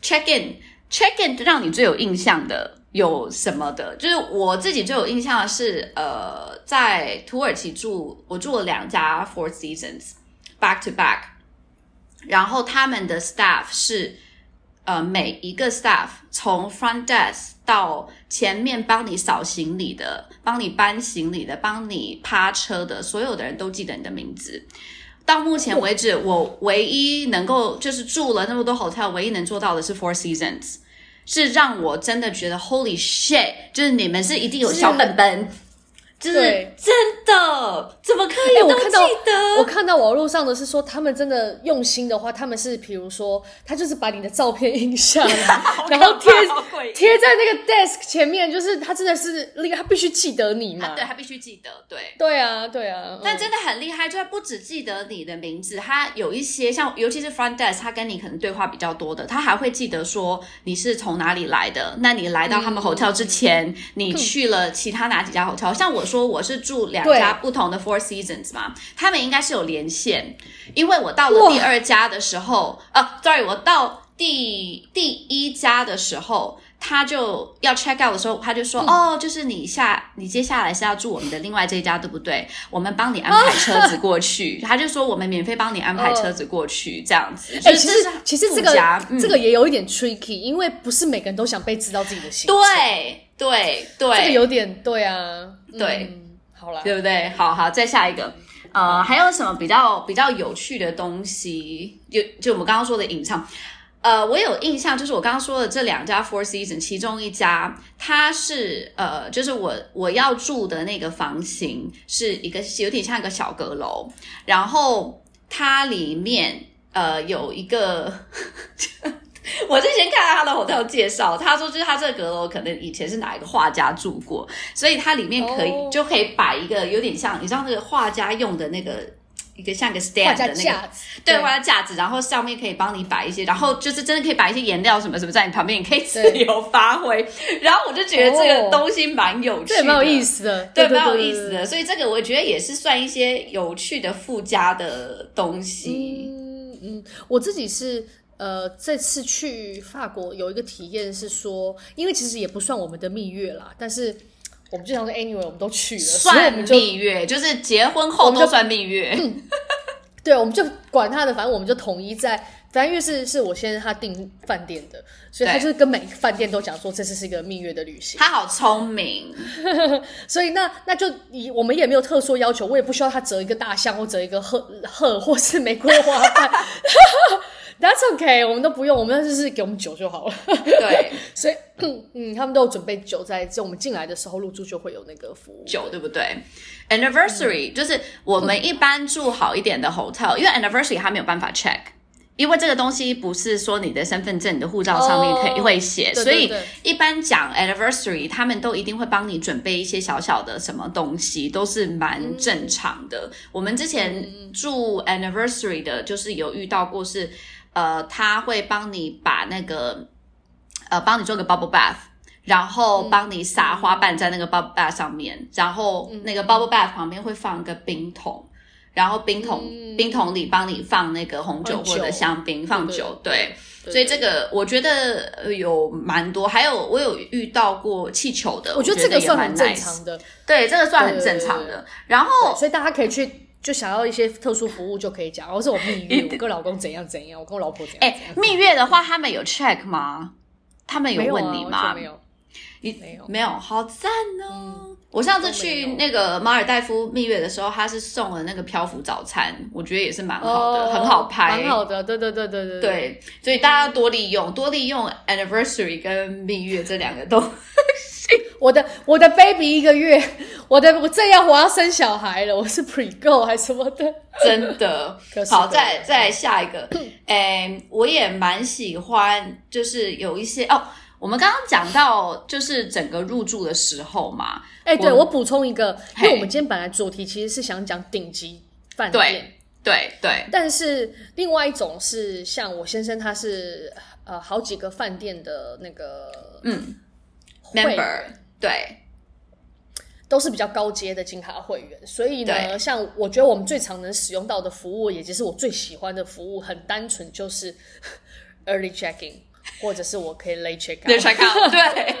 Speaker 2: check in check in 让你最有印象的有什么的？就是我自己最有印象的是呃，在土耳其住我住了两家 Four Seasons back to back，然后他们的 staff 是。呃，每一个 staff 从 front desk 到前面帮你扫行李的、帮你搬行李的、帮你趴车的，所有的人都记得你的名字。到目前为止，我唯一能够就是住了那么多 hotel，唯一能做到的是 Four Seasons，是让我真的觉得 Holy shit，就是你们是一定有小本本，就是
Speaker 1: 对
Speaker 2: 真的，怎么可以
Speaker 1: 哎我
Speaker 2: 都
Speaker 1: 看
Speaker 2: 记
Speaker 1: 到
Speaker 2: 得？
Speaker 1: 我看到网络上的是说，他们真的用心的话，他们是比如说，他就是把你的照片印下来，然后贴
Speaker 2: 好诡异
Speaker 1: 贴在那个 desk 前面，就是他真的是那个，他必须记得你嘛。
Speaker 2: 啊对他必须记得，对。
Speaker 1: 对啊，对啊。
Speaker 2: 但
Speaker 1: 嗯
Speaker 2: 真的很厉害，就是不只记得你的名字，他有一些像，尤其是 front desk，他跟你可能对话比较多的，他还会记得说你是从哪里来的。那你来到他们 hotel 之前，你去了其他哪几家 hotel？像我说我是住两家不同的 Four Seasons 嘛，他们应该是有连线，因为我到了
Speaker 1: 哇
Speaker 2: 第二家的时候，呃，sorry，我到第第一家的时候。他就要 check out 的时候，他就
Speaker 1: 嗯
Speaker 2: 说：“哦，就是你下你接下来是要住我们的另外这一家，对 不对？我们帮你安排车子过去。他就说：“我们免费帮你安排车子过去，这样子。”
Speaker 1: 哎、
Speaker 2: 就是
Speaker 1: 其
Speaker 2: 这
Speaker 1: 实
Speaker 2: 是
Speaker 1: 其实这
Speaker 2: 附
Speaker 1: 个、
Speaker 2: 加嗯
Speaker 1: 这个也有一点 tricky，因为不是每个人都想被知道自己的行程，
Speaker 2: 对对对，
Speaker 1: 这个有点对啊，
Speaker 2: 对
Speaker 1: 嗯好啦，
Speaker 2: 对不对？好好，再下一个。呃，还有什么比较比较有趣的东西？就就我们刚刚说的隐藏。呃，我有印象，就是我刚刚说的这两家 Four Season，其中一家它是呃，就是我我要住的那个房型是一个有点像一个小阁楼，然后它里面呃有一个 我之前看到他的 hotel 介绍，他说就是他这个阁楼可能以前是哪一个画家住过，所以它里面可以、
Speaker 1: 哦
Speaker 2: 就可以摆一个有点像你知道那个画家用的那个一个像个
Speaker 1: 画
Speaker 2: stand
Speaker 1: 家
Speaker 2: 的那个。
Speaker 1: 架子，
Speaker 2: 对，画家架子，然后上面可以帮你摆一些，然后就是真的可以摆一些颜料什么什么在你旁边，你可以自
Speaker 1: 对
Speaker 2: 由发挥。然后我就觉得这个
Speaker 1: 哦
Speaker 2: 东西蛮有趣
Speaker 1: 这
Speaker 2: 的，
Speaker 1: 也蛮有意思的，
Speaker 2: 对，
Speaker 1: 对
Speaker 2: 蛮有意思的。。所以这个我觉得也是算一些有趣的附加的东西。
Speaker 1: 嗯嗯，我自己是呃，这次去法国有一个体验是说，因为其实也不算我们的蜜月啦，但是我们就想说，anyway，我们都去了，嗯所以我
Speaker 2: 算
Speaker 1: 们就
Speaker 2: 蜜月，就是结婚后
Speaker 1: 我们
Speaker 2: 都
Speaker 1: 就嗯
Speaker 2: 算蜜月。
Speaker 1: 对，我们就管他的，反正我们就统一在，反正因为是是我先生他订饭店的，所以他
Speaker 2: 对
Speaker 1: 就是跟每个饭店都讲说这次是一个蜜月的旅行，
Speaker 2: 他好聪 明，
Speaker 1: 所以那那就以我们也没有特殊要求，我也不需要他折一个大象或折一个鹤鹤或是玫瑰花瓣 ，That's OK，我们都不用，我们就是给我们酒就好了。
Speaker 2: 对
Speaker 1: 所以， 嗯，他们都有准备酒在，就我们进来的时候入住就会有那个服务。
Speaker 2: 酒对不对？Anniversary、就是
Speaker 1: 嗯
Speaker 2: 我们一般住好一点的 hotel，因为 anniversary 他没有办法 check。因为这个东西不是说你的身份证、你的护照上面可以
Speaker 1: 哦
Speaker 2: 会写，
Speaker 1: 对对
Speaker 2: 所
Speaker 1: 对
Speaker 2: 以一般讲 anniversary，他们都一定会帮你准备一些小小的什么东西，都是蛮正常的。
Speaker 1: 嗯
Speaker 2: 我们之前住 anniversary 的，就是有遇到过是，呃，他会帮你把那个呃帮你做个 bubble bath，然后
Speaker 1: 嗯
Speaker 2: 帮你撒花瓣在那个 bubble bath 上面，然后那个 bubble bath 旁边会放一个冰桶，然后冰桶、冰桶里帮你放那个红酒
Speaker 1: 放
Speaker 2: 或
Speaker 1: 嗯酒
Speaker 2: 者香槟，放酒，对。
Speaker 1: 对
Speaker 2: 所以这个我觉得呃有蛮多，还有我有遇到过气球的，我
Speaker 1: 我觉得这个
Speaker 2: 也
Speaker 1: 算
Speaker 2: 蛮
Speaker 1: 很正
Speaker 2: nice
Speaker 1: 常的，
Speaker 2: 对，这个算很正常的。然后
Speaker 1: 所以大家可以去，就想要一些特殊服务就可以讲，哦或是我蜜
Speaker 2: 一
Speaker 1: 月，
Speaker 2: 定
Speaker 1: 我跟老公怎样怎样，我跟我老婆怎样
Speaker 2: 哎
Speaker 1: 怎，样。
Speaker 2: 蜜月的话，他们有 check 吗？他们
Speaker 1: 没有
Speaker 2: 问你
Speaker 1: 啊，完
Speaker 2: 吗？
Speaker 1: 全没有。
Speaker 2: 你
Speaker 1: 没有
Speaker 2: 没有，好赞哦！
Speaker 1: 嗯
Speaker 2: 我上次
Speaker 1: 都没
Speaker 2: 去
Speaker 1: 有
Speaker 2: 那个马尔代夫蜜月的时候，他是送了那个漂浮早餐，我觉得也是蛮好的，
Speaker 1: 哦
Speaker 2: 很好拍，
Speaker 1: 蛮好的，对对对对对。
Speaker 2: 对，所以大家多利用，多利用 anniversary 跟蜜月这两个都
Speaker 1: 我的我的 baby 一个月， 我的我这样我要生小孩了，我是 pre go 还是什么的？
Speaker 2: 真的
Speaker 1: 可是
Speaker 2: 好。
Speaker 1: 的
Speaker 2: 再再下一 个，哎、我也蛮喜欢，就是有一些哦，我们刚刚讲到就是整个入住的时候嘛，
Speaker 1: 哎、对
Speaker 2: 我
Speaker 1: 我补充一个，因为
Speaker 2: 嘿
Speaker 1: 我们今天本来主题其实是想讲顶级饭店，
Speaker 2: 对对，
Speaker 1: 但是另外一种是像我先生他是呃好几个饭店的那个
Speaker 2: 嗯
Speaker 1: 会
Speaker 2: ，member 对
Speaker 1: 都是比较高阶的金卡会员，所以呢，
Speaker 2: 对
Speaker 1: 像我觉得我们最常能使用到的服务，也就是我最喜欢的服务，很单纯，就是 early check in，或者是我可以 late check
Speaker 2: l e
Speaker 1: out。
Speaker 2: check out 对，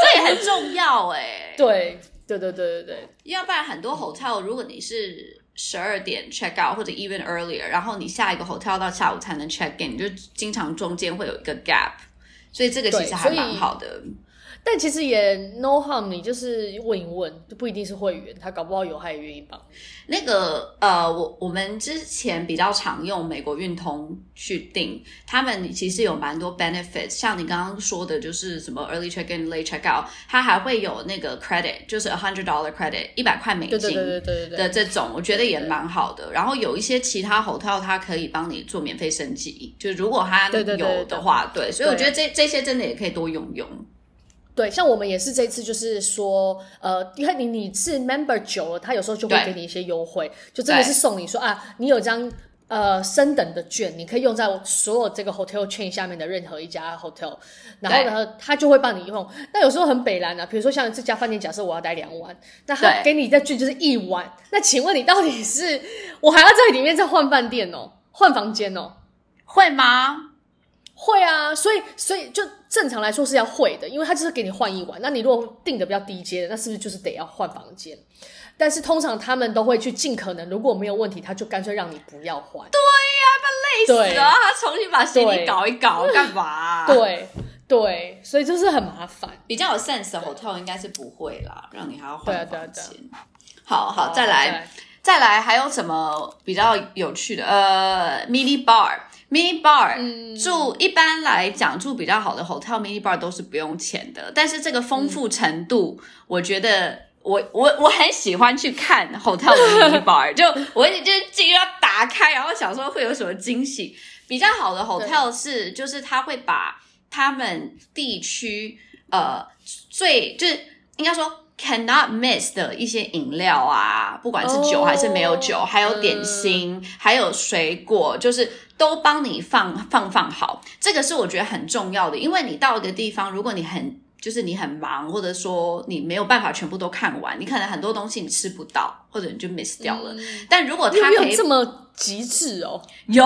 Speaker 2: 这也很重要哎、
Speaker 1: 对对对对对对，
Speaker 2: 要不然很多 hotel，如果你是十二点 check out 或者 even earlier，然后你下一个 hotel 到下午才能 check in，你就经常中间会有一个 gap，所以这个其实
Speaker 1: 对
Speaker 2: 还
Speaker 1: 所以
Speaker 2: 蛮好的。
Speaker 1: 但其实也 no harm，你就是问一问，不一定是会员，他搞不好有，他也愿意帮你。
Speaker 2: 那个呃，我我们之前比较常用美国运通去订，他们其实有蛮多 benefits，像你刚刚说的，就是什么 early check in、late check out，它还会有那个 credit，就是 a hundred dollar credit，一百块美金。
Speaker 1: 对对对对对对对，
Speaker 2: 的这种，我觉得也蛮好的。然后有一些其他 hotel 它可以帮你做免费升级，就是如果它
Speaker 1: 对对对
Speaker 2: 有的话，对，所以我
Speaker 1: 对
Speaker 2: 觉得这这些真的也可以多用用。
Speaker 1: 对，像我们也是这次就是说，呃，因为你你是 member 久了，他有时候就会
Speaker 2: 对
Speaker 1: 给你一些优惠，就真的
Speaker 2: 对
Speaker 1: 是送你说啊，你有张。呃，升等的券你可以用在所有这个 hotel chain 下面的任何一家 hotel，然后呢，他就会帮你用。那有时候很北蓝啊，比如说像这家饭店，假设我要待两晚，那他
Speaker 2: 对
Speaker 1: 给你的券就是一晚。那请问你到底是我还要在里面再换饭店哦，换房间哦？
Speaker 2: 会吗？
Speaker 1: 会啊，所以所以就正常来说是要会的，因为他就是给你换一晚。那你如果订的比较低阶的，那是不是就是得要换房间？但是通常他们都会去尽可能，如果没有问题，他就干脆让你不要换。
Speaker 2: 累哎死
Speaker 1: 对
Speaker 2: 了，他重新把行李
Speaker 1: 对
Speaker 2: 搞一搞，干嘛啊、
Speaker 1: 对对，所以就是很麻烦。
Speaker 2: 比较有 sense 的 hotel 应该是不会啦，让你还要换
Speaker 1: 对啊
Speaker 2: 房
Speaker 1: 对啊
Speaker 2: 间。好好，哦再来，
Speaker 1: 来，
Speaker 2: 再来还有什么比较有趣的？呃，mini bar，mini bar，、住一般来讲住比较好的 hotel mini bar 都是不用钱的，但是这个丰富程度，我觉得。我我我很喜欢去看 hotel 的 mini bar，就我一直就是进要打开，然后想说会有什么惊喜。比较好的 hotel 是，就是他会把他们地区呃最就是应该说 cannot miss 的一些饮料啊，不管是酒
Speaker 1: 哦嗯
Speaker 2: 还是没有酒，还有点心，还有水果，就是都帮你放放放好。这个是我觉得很重要的，因为你到一个地方，如果你很就是你很忙，或者说你没有办法全部都看完，你可能很多东西你吃不到，或者你就 miss 掉了。但如果
Speaker 1: 嗯因
Speaker 2: 他
Speaker 1: 为
Speaker 2: 可
Speaker 1: 没
Speaker 2: 以
Speaker 1: 有这么极致哦。
Speaker 2: 有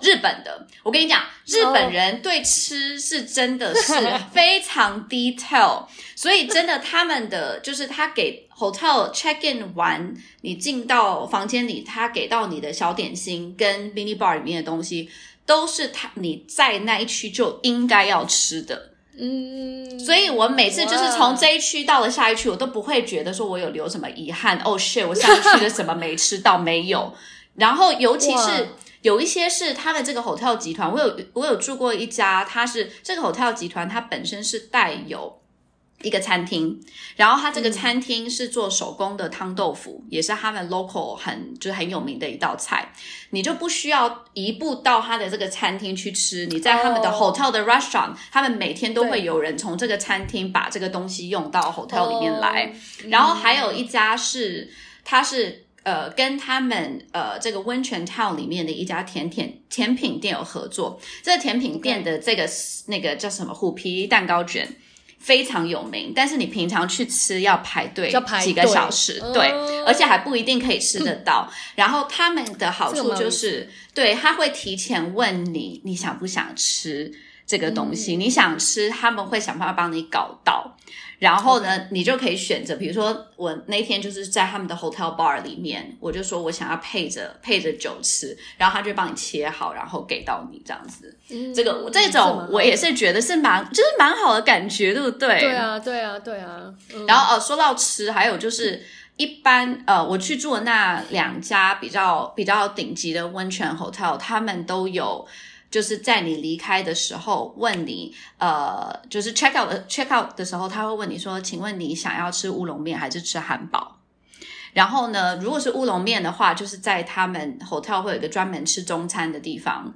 Speaker 2: 日本的，我跟你讲，日本人对吃是真的是非常 detail，所以真的他们的就是他给 hotel check in 完，你进到房间里，他给到你的小点心跟 mini bar 里面的东西，都是他你在那一区就应该要吃的。
Speaker 1: 嗯，
Speaker 2: 所以我每次就是从
Speaker 1: 哇
Speaker 2: 这一区到了下一区，我都不会觉得说我有留什么遗憾。哦、shit，我上一区的什么没吃到没有。 然后尤其
Speaker 1: 哇
Speaker 2: 是有一些是他们这个 hotel 集团，我有我有住过一家，它是这个 hotel 集团，它本身是带有。一个餐厅，然后它
Speaker 1: 嗯
Speaker 2: 这个餐厅是做手工的汤豆腐，也是他们 local 很就是很有名的一道菜。你就不需要移步到他的这个餐厅去吃，你在他们的
Speaker 1: 哦
Speaker 2: hotel 的 restaurant，、他们每天都
Speaker 1: 对
Speaker 2: 会有人从这个餐厅把这个东西用到 hotel 里面来。
Speaker 1: 哦
Speaker 2: 然后还有一家是，
Speaker 1: 嗯
Speaker 2: 它是呃跟他们呃这个温泉 town 里面的一家甜甜甜品店有合作。这个甜品店的这个那个叫什么虎皮蛋糕卷非常有名，但是你平常去吃要排队
Speaker 1: 要排
Speaker 2: 几
Speaker 1: 队
Speaker 2: 个小时，对。
Speaker 1: 嗯
Speaker 2: 而且还不一定可以吃得到。然后他们的好
Speaker 1: 这
Speaker 2: 处
Speaker 1: 个蛮有
Speaker 2: 就
Speaker 1: 意思
Speaker 2: 是，对他会提前问你你想不想吃，这个东西，
Speaker 1: 嗯
Speaker 2: 你想吃，他们会想办法帮你搞到。然后呢，你就可以选择，比如说我那天就是在他们的 hotel bar 里面，我就说我想要配着配着酒吃，然后他就帮你切好，然后给到你这样子。
Speaker 1: 嗯
Speaker 2: 这个这种我也是觉得是蛮就是蛮好的感觉，对不对？
Speaker 1: 对啊，对啊，对啊。嗯
Speaker 2: 然后呃，说到吃，还有就是一般呃，我去住的那两家比较比较顶级的温泉 hotel，他们都有。就是在你离开的时候问你，呃，就是 check out 的 check out 的时候，他会问你说，请问你想要吃乌龙面还是吃汉堡？然后呢，如果是乌龙面的话，就是在他们 hotel 会有一个专门吃中餐的地方，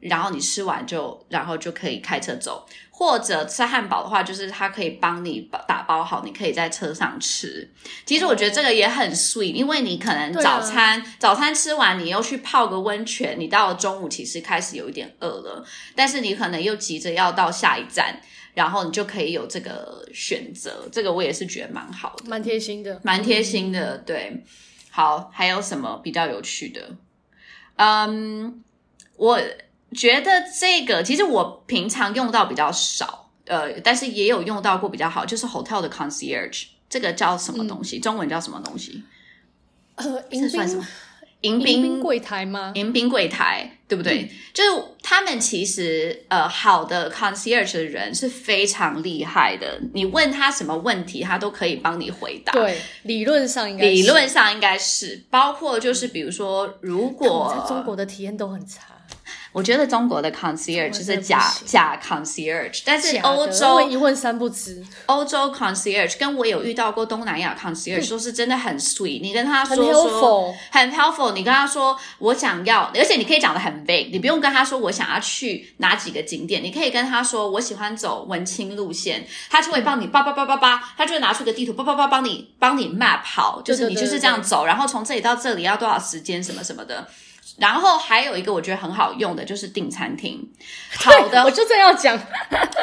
Speaker 2: 然后你吃完就，然后就可以开车走。或者吃汉堡的话，就是他可以帮你把打包好，你可以在车上吃。其实我觉得这个也很 sweet，因为你可能
Speaker 1: 对啊
Speaker 2: 早餐、早餐吃完，你又去泡个温泉，你到了中午其实开始有一点饿了，但是你可能又急着要到下一站，然后你就可以有这个选择。这个我也是觉得蛮好的。
Speaker 1: 蛮贴心的，
Speaker 2: 蛮贴心的，对。好，还有什么比较有趣的？嗯，我觉得这个其实我平常用到比较少，呃，但是也有用到过比较好，就是 hotel 的 concierge，这个叫什么
Speaker 1: 嗯
Speaker 2: 东西？中文叫什么东西？
Speaker 1: 呃，迎
Speaker 2: 这算什
Speaker 1: 宾
Speaker 2: 么？迎
Speaker 1: 迎
Speaker 2: 宾
Speaker 1: 宾柜嗯台吗？
Speaker 2: 迎宾柜台，对不对？就是他们其实呃，好的 concierge 的人是非常厉害的，你问他什么问题，他都可以帮你回答。
Speaker 1: 对，理论上应该是嗯
Speaker 2: 理论上应该是，包括就是比如说，如
Speaker 1: 我在中
Speaker 2: 果
Speaker 1: 国的体验都很差，
Speaker 2: 我觉得中国的 concierge 就
Speaker 1: 中国真的
Speaker 2: 是
Speaker 1: 不
Speaker 2: 假
Speaker 1: 行
Speaker 2: 假 concierge，但是
Speaker 1: 假的
Speaker 2: 欧
Speaker 1: 问
Speaker 2: 洲
Speaker 1: 一问三不知，
Speaker 2: 欧洲 concierge 跟我有遇到过东南亚 concierge 都是真的很 sweet，你跟他说
Speaker 1: 嗯很
Speaker 2: 说。
Speaker 1: helpful，
Speaker 2: 很 helpful，你跟他说我想要，而且你可以讲的很 vague，你不用跟他说我想要去哪几个景点，你可以跟他说我喜欢走文青路线，他就会帮你叭叭叭叭叭，他就会拿出个地图叭叭叭帮你帮你 map 好，就
Speaker 1: 对
Speaker 2: 是
Speaker 1: 对
Speaker 2: 你
Speaker 1: 对
Speaker 2: 就是这样走，然后从这里到这里要多少时间什么什么的。然后还有一个我觉得很好用的就是订餐厅， 好的
Speaker 1: 我就这样讲，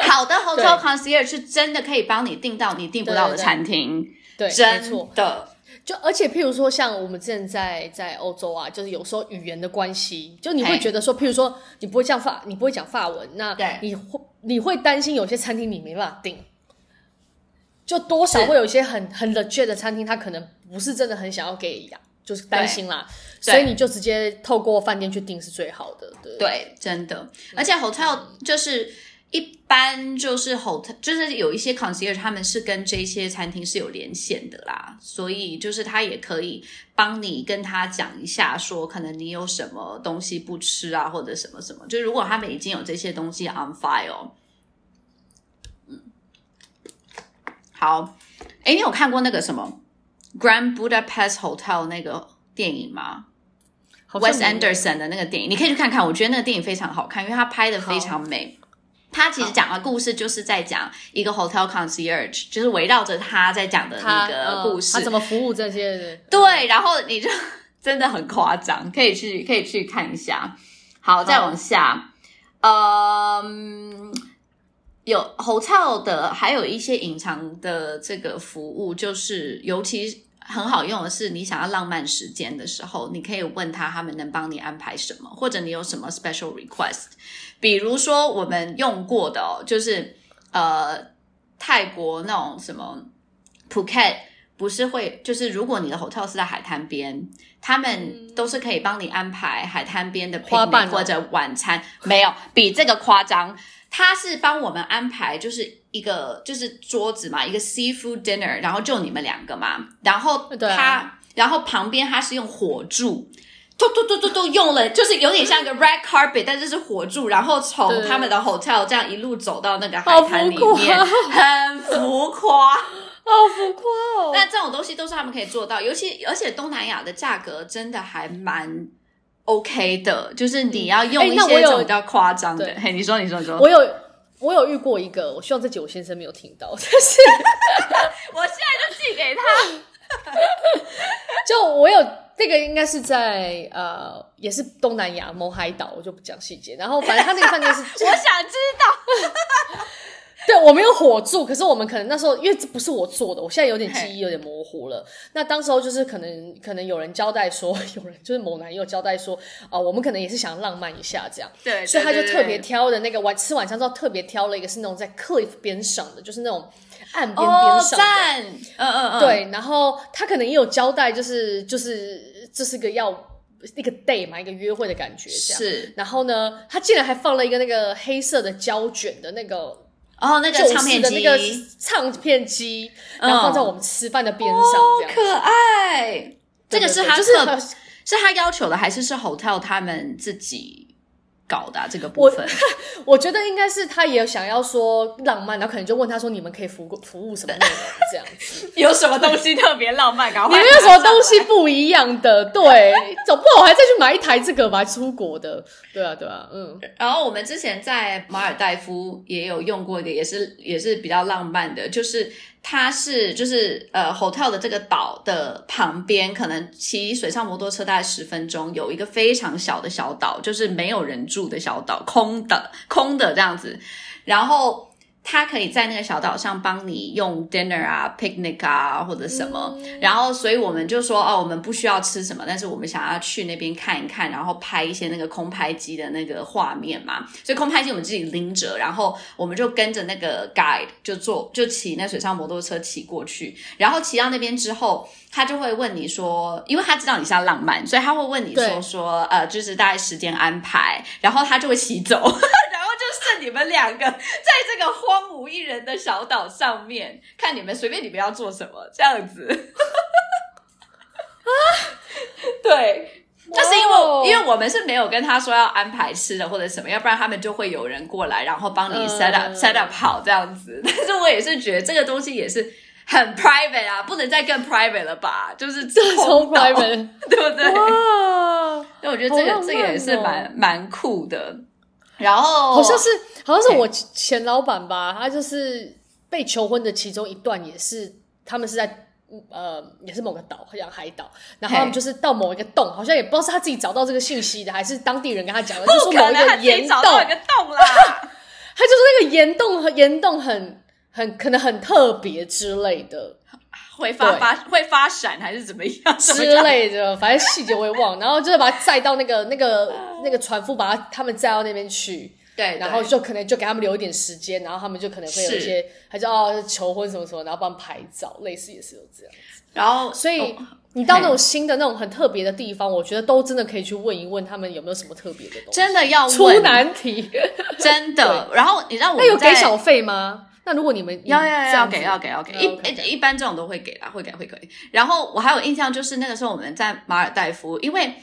Speaker 2: 好的 hotel concierge 是真的可以帮你订到你订不到
Speaker 1: 对
Speaker 2: 的
Speaker 1: 对对
Speaker 2: 餐厅，
Speaker 1: 对，没错
Speaker 2: 真，的。
Speaker 1: 就而且，譬如说，像我们之前在在欧洲啊，就是有时候语言的关系，就你
Speaker 2: 嘿
Speaker 1: 会觉得说，譬如说你不会讲法，你不会讲法文，那
Speaker 2: 对
Speaker 1: 你会你会担心有些餐厅你没办法订，就多少会有一些很很 legit 的餐厅，他可能不是真的很想要给养，就是担心啦，
Speaker 2: 对
Speaker 1: 所以你就直接透过饭店去订是最好的，对
Speaker 2: 对，真的。而且 hotel 就是一般就是 hotel，就是有一些 concierge 他们是跟这些餐厅是有连线的啦，所以就是他也可以帮你跟他讲一下，说可能你有什么东西不吃啊，或者什么什么。就如果他们已经有这些东西 on file，嗯，好。哎，你有看过那个什么 Grand Budapest Hotel 那个电影吗？
Speaker 1: 好像
Speaker 2: Wes
Speaker 1: 没有
Speaker 2: Anderson 的那个电影，你可以去看看。我觉得那个电影非常好看，因为它拍的非常美。他其实讲的故事就是在讲一个 hotel concierge，就是围绕着他在讲的那
Speaker 1: 他
Speaker 2: 个
Speaker 1: 呃
Speaker 2: 故事。
Speaker 1: 他怎么服务这些人？
Speaker 2: 对，然后你就 真的很夸张，可以去可以去看一下。好，再往下，嗯，有 hotel 的，还有一些隐藏的这个服务，就是尤其很好用的是，你想要浪漫时间的时候，你可以问他他们能帮你安排什么，或者你有什么 special request。比如说我们用过的哦，就是呃泰国那种什么 Phuket。不是会，就是如果你的 hotel 是在海滩边，他们都是可以帮你安排海滩边的 picnic
Speaker 1: 嗯花瓣哦
Speaker 2: 或者晚餐，没有比这个夸张。他是帮我们安排，就是一个就是桌子嘛，一个 seafood dinner，然后就你们两个嘛，然后
Speaker 1: 对啊
Speaker 2: 他、然后旁边他是用火柱。突突突突突用了，就是有点像一个 red carpet，但是是火柱，然后从
Speaker 1: 对
Speaker 2: 他们的 hotel 这样一路走到那个海
Speaker 1: 好浮
Speaker 2: 滩里
Speaker 1: 夸
Speaker 2: 面，很浮夸。
Speaker 1: 好浮夸哦！
Speaker 2: 但这种东西都是他们可以做到，尤其而且东南亚的价格真的还蛮 OK 的，就是你要用
Speaker 1: 哎
Speaker 2: 一
Speaker 1: 那我
Speaker 2: 些
Speaker 1: 有
Speaker 2: 这种比较夸张的。
Speaker 1: 对
Speaker 2: 嘿，你说，你说，你说，
Speaker 1: 我 有我有遇过一个，我希望这集我先生没有听到， 但是
Speaker 2: 我现在就寄给 他。
Speaker 1: 就我有那个应该是在呃，也是东南 亚某海岛，我就不讲细节。然后反正他那个饭店是，
Speaker 2: 我想知道，
Speaker 1: 对我没有火住，可是我们可能那时候因为这不是我做的，我现在有点记忆有点模糊了。那当时候就是可能可能有人交代说， 有人就是某男友交代说，啊、我们可能也是想浪漫一下这样，
Speaker 2: 对，
Speaker 1: 所以他就特别
Speaker 2: 对对对
Speaker 1: 挑的那个晚吃晚餐之后特别挑了一个是那种在 cliff 边上的，就是那种岸边边
Speaker 2: 哦
Speaker 1: 上的。
Speaker 2: 赞，嗯嗯嗯，
Speaker 1: 对，然后他可能也有交代、就是，就是这是个要一个 day 嘛，一个约会的感觉这样。
Speaker 2: 是
Speaker 1: 然后呢，他竟然还放了一个那个黑色的胶卷的那个
Speaker 2: 哦，那
Speaker 1: 旧
Speaker 2: 个唱
Speaker 1: 式
Speaker 2: 片
Speaker 1: 的
Speaker 2: 机嗯
Speaker 1: 那个唱片机，然后放在我们吃饭的边上这样。
Speaker 2: 哦可爱，
Speaker 1: 对
Speaker 2: 这个
Speaker 1: 对
Speaker 2: 是
Speaker 1: 对
Speaker 2: 他
Speaker 1: 就是
Speaker 2: 特
Speaker 1: 很
Speaker 2: 是他要求的，还是是 hotel 他们自己搞的啊、这个部
Speaker 1: 我
Speaker 2: 分？
Speaker 1: 我觉得应该是他也想要说浪漫，然后可能就问他说：“你们可以服服务什么内容？”这样子，
Speaker 2: 有什么东西特别浪漫？赶
Speaker 1: 你们有什么东西不一样的？对，总不好还再去买一台这个吧，出国的。对啊，对啊，嗯，
Speaker 2: 然后我们之前在马尔代夫也有用过一个，也是也是比较浪漫的，就是它是就是呃 hotel 的这个岛的旁边，可能骑水上摩托车大概十分钟，有一个非常小的小岛，就是没有人住的小岛，空的空的这样子，然后。他可以在那个小岛上帮你用 dinner 啊、picnic 啊或者什么，然后所以我们就说哦，我们不需要吃什么，但是我们想要去那边看一看，然后拍一些那个空拍机的那个画面嘛。所以空拍机我们自己拎着，然后我们就跟着那个 guide 就坐就骑那水上摩托车骑过去，然后骑到那边之后，他就会问你说，因为他知道你是要浪漫，所以他会问你说
Speaker 1: 对
Speaker 2: 说呃，就是大概时间安排，然后他就会骑走，然后就剩你们两个 在这个荒无一人的小岛上面，看你们随便你们要做什么，这样子。啊，对，那是因为、
Speaker 1: 哇哦
Speaker 2: 因为我们是没有跟他说要安排吃的或者什么，要不然他们就会有人过来，然后帮你
Speaker 1: 嗯
Speaker 2: set up、set up 好这样子。 但是我也是觉得这个东西也是很 private 啊，不能再更 private 了吧？就是这
Speaker 1: 超 private，
Speaker 2: 对不对？
Speaker 1: 哇，
Speaker 2: 所以我觉得这个、
Speaker 1: 好浪漫哦
Speaker 2: 这个也是蛮蛮酷的。然后
Speaker 1: 好像是好像是
Speaker 2: 嘿
Speaker 1: 我前老板吧，他就是被求婚的其中一段也是，他们是在呃也是某个岛，好像海岛，然后他们
Speaker 2: 嘿
Speaker 1: 就是到某一个洞，好像也不知道是他自己找到这个信息的，还是当地人跟他讲的，
Speaker 2: 不
Speaker 1: 就说
Speaker 2: 可
Speaker 1: 某一
Speaker 2: 能，他
Speaker 1: 个
Speaker 2: 自己
Speaker 1: 岩洞，
Speaker 2: 找到一
Speaker 1: 他
Speaker 2: 个洞啦。
Speaker 1: 就是那个岩洞和岩洞很很可能很特别之类的
Speaker 2: 会发发会发闪还是怎么样？ 什么
Speaker 1: 之
Speaker 2: 叫
Speaker 1: 类的，反正细节我也忘，然后就是把他载到那 个那个那个船夫，把他他们载到那边去。
Speaker 2: 对，
Speaker 1: 然后
Speaker 2: 对
Speaker 1: 就可能就给他们留一点时间，然后他们就可能会有一些，他就哦求婚什么什么，然后帮他们拍照，类似也是有这样。
Speaker 2: 然后
Speaker 1: 所以、
Speaker 2: 哦
Speaker 1: 你到
Speaker 2: 嘿
Speaker 1: 那种新的那种很特别的地方，我觉得都真的可以去问一问他们有没有什么特别的东西。
Speaker 2: 真的要
Speaker 1: 出
Speaker 2: 问，
Speaker 1: 难题，
Speaker 2: 真的。然后你让我
Speaker 1: 那有
Speaker 2: 们在
Speaker 1: 给小费吗？那如果你们
Speaker 2: 要要要要给要
Speaker 1: 给，
Speaker 2: 给要给，
Speaker 1: 啊
Speaker 2: 一
Speaker 1: OK，
Speaker 2: 一一般这种都会给啦，会给会给。然后我还有印象就是那个时候我们在马尔代夫，因为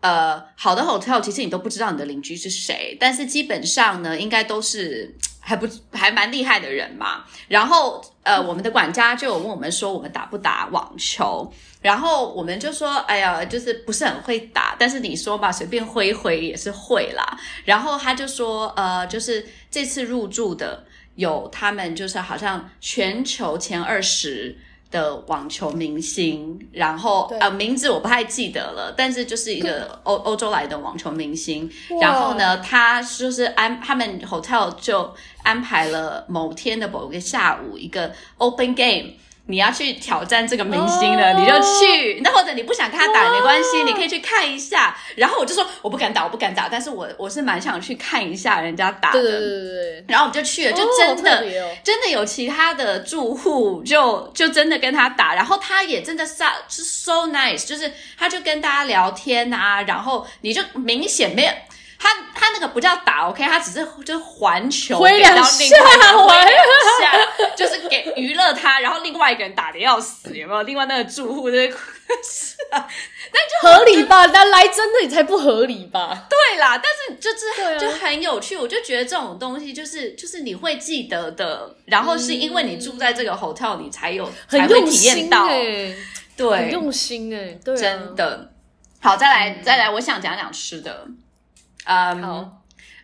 Speaker 2: 呃好的 hotel 其实你都不知道你的邻居是谁，但是基本上呢应该都是还不还蛮厉害的人嘛。然后呃我们的管家就有问我们说我们打不打网球，然后我们就说哎呀就是不是很会打，但是你说嘛随便挥一挥也是会啦。然后他就说，呃，就是这次入住的有他们就是好像全球前二十的网球明星，然后
Speaker 1: 对
Speaker 2: 呃名字我不太记得了，但是就是一个欧欧洲来的网球明星。
Speaker 1: 哇
Speaker 2: 然后呢，他就是安他们 hotel 就安排了某天的某个下午一个 open game。你要去挑战这个明星了
Speaker 1: 哦
Speaker 2: 你就去。那或者你不想跟他打也
Speaker 1: 哇
Speaker 2: 没关系，你可以去看一下。然后我就说我不敢打，我不敢打，但是我我是蛮想去看一下人家打的。
Speaker 1: 对对对对
Speaker 2: 然后我们就去了，
Speaker 1: 对，
Speaker 2: 就
Speaker 1: 哦
Speaker 2: 真的、
Speaker 1: 好特别哦
Speaker 2: 真的有其他的住户就就真的跟他打，然后他也真的 so 是啊 so nice，就是他就跟大家聊天啊，然后你就明显没有他他那个不叫打 OK，他只是就是环球
Speaker 1: 挥两
Speaker 2: 然后另外一个
Speaker 1: 下
Speaker 2: 人挥两下，就是给娱乐他，然后另外一个人打的要死，有没有？另外那个住户 就是是啊，
Speaker 1: 合理 吧？但来真的你才不合理吧？
Speaker 2: 对啦，但是就是、
Speaker 1: 对啊
Speaker 2: 就很有趣，我就觉得这种东西就是就是你会记得的，然后是因为你住在这个 hotel，你才有、啊才
Speaker 1: 嗯很
Speaker 2: 会
Speaker 1: 用
Speaker 2: 体
Speaker 1: 心
Speaker 2: 验到，
Speaker 1: 欸很
Speaker 2: 对，
Speaker 1: 用心哎，对啊，嗯
Speaker 2: 真的。好，再来、再来，我想讲讲吃的，嗯，
Speaker 1: 好。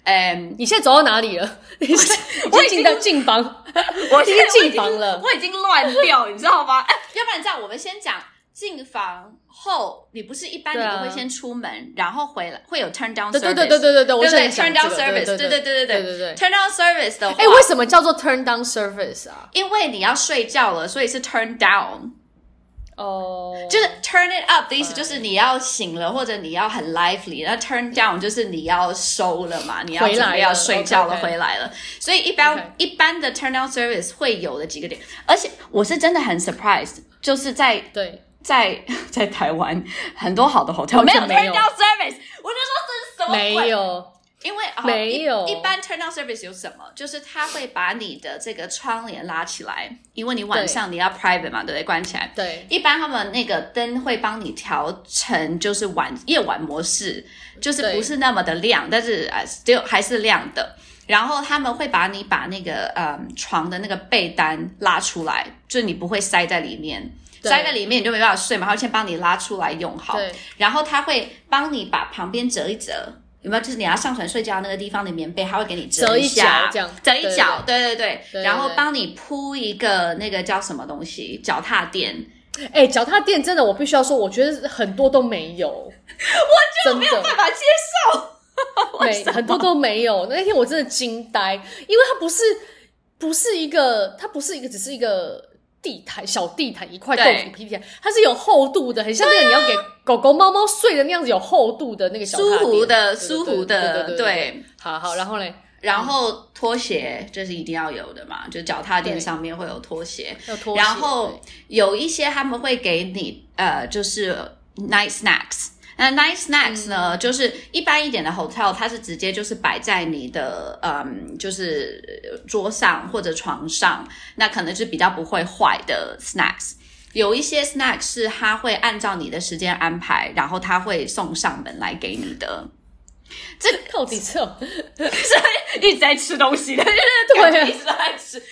Speaker 2: 嗯，
Speaker 1: 你现在走到哪里 了？你现在
Speaker 2: 我已
Speaker 1: 你进
Speaker 2: 经
Speaker 1: 到进房，
Speaker 2: 我
Speaker 1: 已经
Speaker 2: 现在
Speaker 1: 进房了。
Speaker 2: 我已经乱掉，你知道吗？哎，要不然这样，我们先讲进房后，你不是一般你
Speaker 1: 对啊
Speaker 2: 都会先出门，然后回来会有 turn down
Speaker 1: 对对
Speaker 2: service，
Speaker 1: 对对对对对，我
Speaker 2: 对不
Speaker 1: 想讲
Speaker 2: 对？turn
Speaker 1: 这
Speaker 2: down
Speaker 1: 个
Speaker 2: service，
Speaker 1: 对
Speaker 2: 对
Speaker 1: 对
Speaker 2: 对
Speaker 1: 对
Speaker 2: 对
Speaker 1: 对。
Speaker 2: turn down service 的话，
Speaker 1: 哎，为什么叫做 turn down service 啊？
Speaker 2: 因为你要睡觉了，所以是 turn down，
Speaker 1: 哦，
Speaker 2: 就是 turn it up 的
Speaker 1: 嗯
Speaker 2: 意思，就是你要醒了，或者你要很 lively。那 turn down 就是你要收了嘛，你要
Speaker 1: 回来了
Speaker 2: 准备要睡觉了，
Speaker 1: OK，OK
Speaker 2: 回来了。所以一般
Speaker 1: OK
Speaker 2: 一般的 turn down service 会有的几个点，而且我是真的很 surprised，就是在
Speaker 1: 对，
Speaker 2: 在 在台湾很多好的 hotel 没有
Speaker 1: 没有
Speaker 2: turn down service，我就说这是什么鬼？
Speaker 1: 没有，
Speaker 2: 因为、哦、
Speaker 1: 没有
Speaker 2: 一一般 turn down service 有什么？就是他会把你的这个窗帘拉起来，因为你晚上你要 private 嘛，对不对？关起来。
Speaker 1: 对，
Speaker 2: 一般他们那个灯会帮你调成就是晚夜晚模式，就是
Speaker 1: 对
Speaker 2: 不是那么的亮，但是啊，still 还是亮的。然后他们会把你把那个嗯床的那个被单拉出来，就是你不会塞在里面，
Speaker 1: 对
Speaker 2: 塞在里面你就没办法睡嘛，他会先帮你拉出来用好。
Speaker 1: 对，
Speaker 2: 然后他会帮你把旁边折一折，有没有？就是你要上床睡觉那个地方的棉被，他会给你
Speaker 1: 折
Speaker 2: 一
Speaker 1: 一
Speaker 2: 下，
Speaker 1: 角这样
Speaker 2: 折一角，对对对，
Speaker 1: 对
Speaker 2: 然后帮你铺一个那个叫什么东西，脚踏垫。
Speaker 1: 哎，脚踏垫真的，我必须要说，我觉得很多都没 有，我真的
Speaker 2: 办法接受，
Speaker 1: 没很多都没有。那天我真的惊呆，因为它不是不是一个，它不是一个，只是一个地毯小地毯一块
Speaker 2: 对啊
Speaker 1: 豆腐皮毯，它是有厚度的，很像那个你要给狗狗、猫猫睡的那样子，有厚度的那个小踏垫
Speaker 2: 舒服
Speaker 1: 对
Speaker 2: 的，
Speaker 1: 对
Speaker 2: 舒
Speaker 1: 对
Speaker 2: 服的，
Speaker 1: 对对对。
Speaker 2: 对。
Speaker 1: 好好，然后嘞，
Speaker 2: 然后拖鞋这是一定要有的嘛，就脚踏垫上面会有拖鞋。
Speaker 1: 要拖鞋
Speaker 2: 然后有一些他们会给你呃，就是呃 night snacks。那 night snacks 呢，就是一般一点的 hotel，它是直接就是摆在你的嗯，就是桌上或者床上，那可能是比较不会坏的 snacks。有一些 snack 是它会按照你的时间安排，然后它会送上门来给你的。
Speaker 1: 对到底是有
Speaker 2: 一直在吃东西的，就是
Speaker 1: 对啊
Speaker 2: 感觉一直都在吃。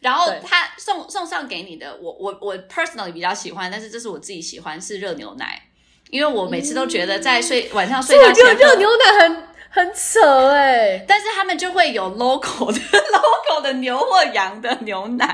Speaker 2: 然后
Speaker 1: 对
Speaker 2: 他送送上给你的，我我我 personally 比较喜欢，但是这是我自己喜欢是热牛奶，因为我每次都觉得在睡、晚上睡
Speaker 1: 这嗯
Speaker 2: 觉
Speaker 1: 我觉得
Speaker 2: 前喝
Speaker 1: 热，牛奶很很扯哎、
Speaker 2: 但是他们就会有 local 的 local 的牛或羊的牛奶，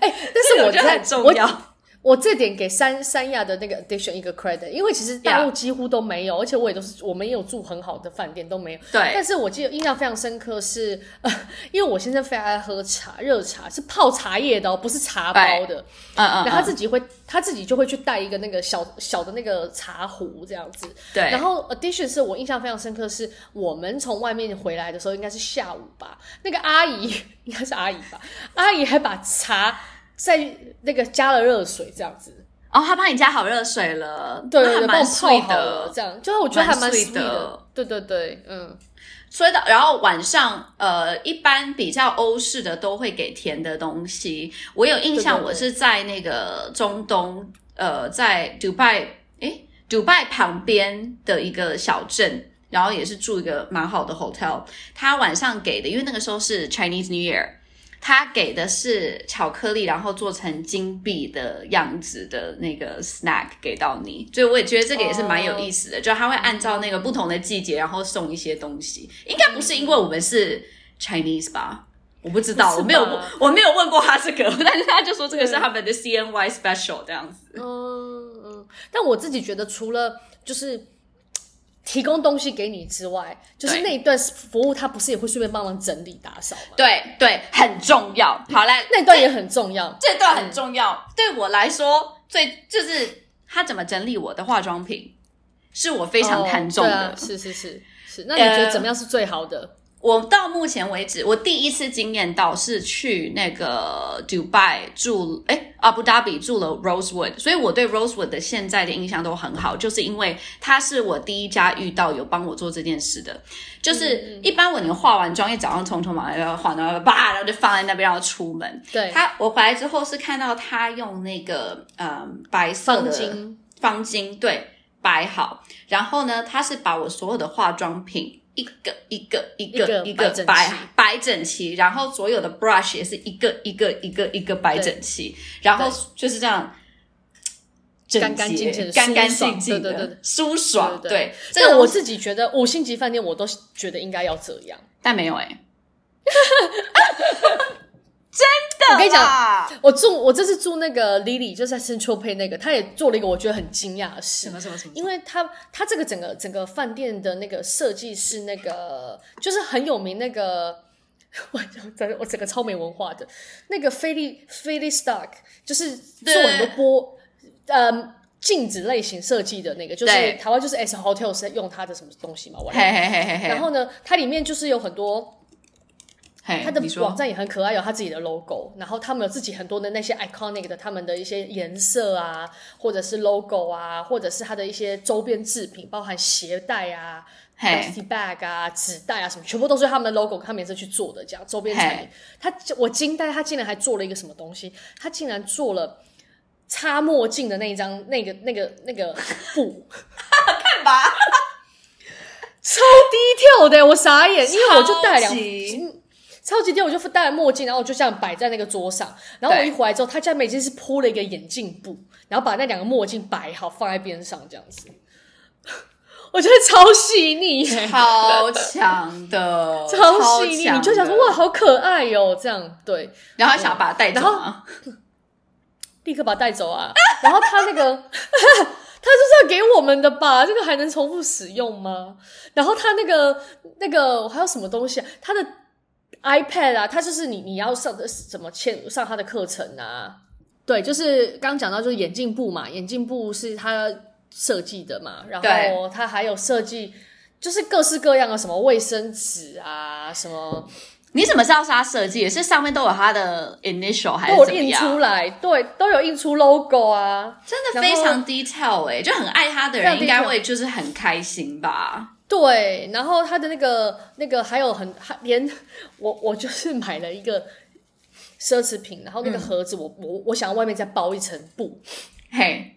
Speaker 1: 哎、但
Speaker 2: 这
Speaker 1: 是
Speaker 2: 个
Speaker 1: 我
Speaker 2: 觉得
Speaker 1: 在
Speaker 2: 很重
Speaker 1: 我
Speaker 2: 要。
Speaker 1: 我这点给三三亚的那个 addiction 一个 credit，因为其实大
Speaker 2: Yeah
Speaker 1: 陆几乎都没有而且我也都是我们也有住很好的饭店都没有。但
Speaker 2: 对，
Speaker 1: 是我记得印象非常深刻是，呃、因为我先生非常爱喝茶，热茶是泡茶叶的哦，不是茶包的。
Speaker 2: 嗯嗯，
Speaker 1: 然后他
Speaker 2: 嗯
Speaker 1: 自己会，他自己就会去带一个那个小小的那个茶壶这样子。
Speaker 2: 对，
Speaker 1: 然后 addition 是我印象非常深刻，是我们从外面回来的时候，应该是下午吧。那个阿姨应该是阿姨吧，阿姨还把茶在那个加了热水这样子，
Speaker 2: 哦，他帮你加好热水了，
Speaker 1: 对
Speaker 2: 那
Speaker 1: 对
Speaker 2: 还
Speaker 1: 对，帮
Speaker 2: 蛮
Speaker 1: 我泡
Speaker 2: sweet
Speaker 1: 好了
Speaker 2: 的。
Speaker 1: 这样，就是我觉得还
Speaker 2: 蛮
Speaker 1: 蛮
Speaker 2: sweet
Speaker 1: sweet
Speaker 2: 的
Speaker 1: 的。对对对，嗯，
Speaker 2: 所以到，然后晚上，呃，一般比较欧式的都会给甜的东西。我有印象，
Speaker 1: 对对对
Speaker 2: 我是在那个中东，呃，在 Dubai，诶 d u b a i 旁边的一个小镇，然后也是住一个蛮好的 hotel。他晚上给的，因为那个时候是 Chinese New Year，他给的是巧克力，然后做成金币的样子的那个 snack 给到你，所以我也觉得这个也是蛮有意思的。就他会按照那个不同的季节，然后送一些东西。应该不是因为我们是 Chinese 吧？我不知
Speaker 1: 不
Speaker 2: 道，
Speaker 1: 是吧
Speaker 2: 我没有问，我没有问过他这 个，但是他就说这个是他们的 CNY special 这样子。
Speaker 1: 嗯嗯，但我自己觉得，除了就是嘖提供东西给你之外，就是
Speaker 2: 对
Speaker 1: 那一段服务，他不是也会顺便帮忙整理打扫吗？
Speaker 2: 对对，很重要。好来，
Speaker 1: 那一段也很重要。
Speaker 2: 这段很重要，对我来说最就是他怎么整理我的化妆品，是我非常看重
Speaker 1: 哦对
Speaker 2: 的。呃
Speaker 1: 啊是是是是。那你觉得怎么样是最好的？
Speaker 2: 我到目前为止，我第一次经验到是去那个 Dubai 住，哎，阿布达比住了 Rosewood，所以我对 Rosewood 的现在的印象都很好，就是因为它是我第一家遇到有帮我做这件事的。
Speaker 1: 嗯
Speaker 2: 就是一般我你化完妆，一早上匆匆忙忙要化，然后叭，然后就放在那边，然后出门。
Speaker 1: 对，
Speaker 2: 他我回来之后是看到他用那个嗯白色的
Speaker 1: 方巾
Speaker 2: 方巾对摆好，然后呢，他是把我所有的化妆品一个一个一个
Speaker 1: 一个摆
Speaker 2: 个
Speaker 1: 整齐
Speaker 2: 摆摆整齐，然后所有的 brush 也是一个一个一个一个摆整齐，然后就是这样。整洁
Speaker 1: 干干净净的
Speaker 2: 干干
Speaker 1: 舒爽
Speaker 2: 净净的，
Speaker 1: 对对对
Speaker 2: 舒爽。
Speaker 1: 对对
Speaker 2: 对
Speaker 1: 对，
Speaker 2: 这个
Speaker 1: 但我
Speaker 2: 东西
Speaker 1: 自己觉得五星级饭店我都觉得应该要这样。
Speaker 2: 但没有哎、
Speaker 1: 真的？跟你讲
Speaker 2: 啦
Speaker 1: 我住我这次住那个 Lily 就是在 Central Pay 那个，他也做了一个我觉得很惊讶的事
Speaker 2: 什，么什么什么，
Speaker 1: 因为他他这个整个整个饭店的那个设计是那个就是很有名那个。 我整我整个超没文化的，那个菲利菲利 Stark 就是做很多
Speaker 2: 对
Speaker 1: 波，呃镜子类型设计的那个，就是
Speaker 2: 对
Speaker 1: 台湾就是 S Hotel 是用它的什么东西嘛，我
Speaker 2: 嘿嘿嘿嘿嘿，
Speaker 1: 然后呢，它里面就是有很多
Speaker 2: 嘿
Speaker 1: 它的
Speaker 2: 你说
Speaker 1: 网站也很可爱，有它哦自己的 logo，然后他们有自己很多的那些 iconic 的他们的一些颜色啊，或者是 logo 啊，或者是它的一些周边制品，包含鞋带啊、
Speaker 2: 嘿
Speaker 1: dusty bag 啊、纸袋啊什么，全部都是他们的 logo，他们也是去做的这样周边产品。他我惊呆，他竟然还做了一个什么东西？他竟然做了。擦墨镜的那一张，那个、那个、那个布，
Speaker 2: 看吧，
Speaker 1: 超低调的，我傻眼，因为我就戴了两
Speaker 2: 超级
Speaker 1: 超级低，我就戴了墨镜，然后我就这样摆在那个桌上。然后我
Speaker 2: 对
Speaker 1: 一回来之后，他家美已经是铺了一个眼镜布，然后把那两个墨镜摆好放在边上，这样子。 我觉得超细腻耶，
Speaker 2: 超强的，
Speaker 1: 超细腻，
Speaker 2: 强
Speaker 1: 你就想说
Speaker 2: 的
Speaker 1: 哇，，好可爱哟、这样对，
Speaker 2: 然后还想把它带走
Speaker 1: 然后
Speaker 2: 吗，
Speaker 1: 立刻把它带走啊。 然后他那个， 他就是要给我们的吧？这个还能重复使用吗？然后他那个那个还有什么东西、啊？他的 iPad 啊，他就是你你要上的什么签上他的课程啊？对，就是刚刚讲到就是眼镜布嘛，眼镜布是他设计的嘛，然后
Speaker 2: 对
Speaker 1: 他还有设计。就是各式各样的什么卫生纸啊，什么
Speaker 2: 你怎么知道是他设计的？是上面都有他的 initial 还
Speaker 1: 都
Speaker 2: 是
Speaker 1: 有
Speaker 2: 怎么
Speaker 1: 印
Speaker 2: 样？
Speaker 1: 出来，对，都有印出 logo 啊，
Speaker 2: 真的
Speaker 1: 然
Speaker 2: 非
Speaker 1: 后
Speaker 2: 常 detail 哎、就很爱他的
Speaker 1: 非常
Speaker 2: 人应该
Speaker 1: detail
Speaker 2: 会就是很开心吧？
Speaker 1: 对，然后他的那个那个还有很还连我我就是买了一个奢侈品，然后那
Speaker 2: 嗯
Speaker 1: 个盒子我、我我想要外面再包一层布，
Speaker 2: 嘿，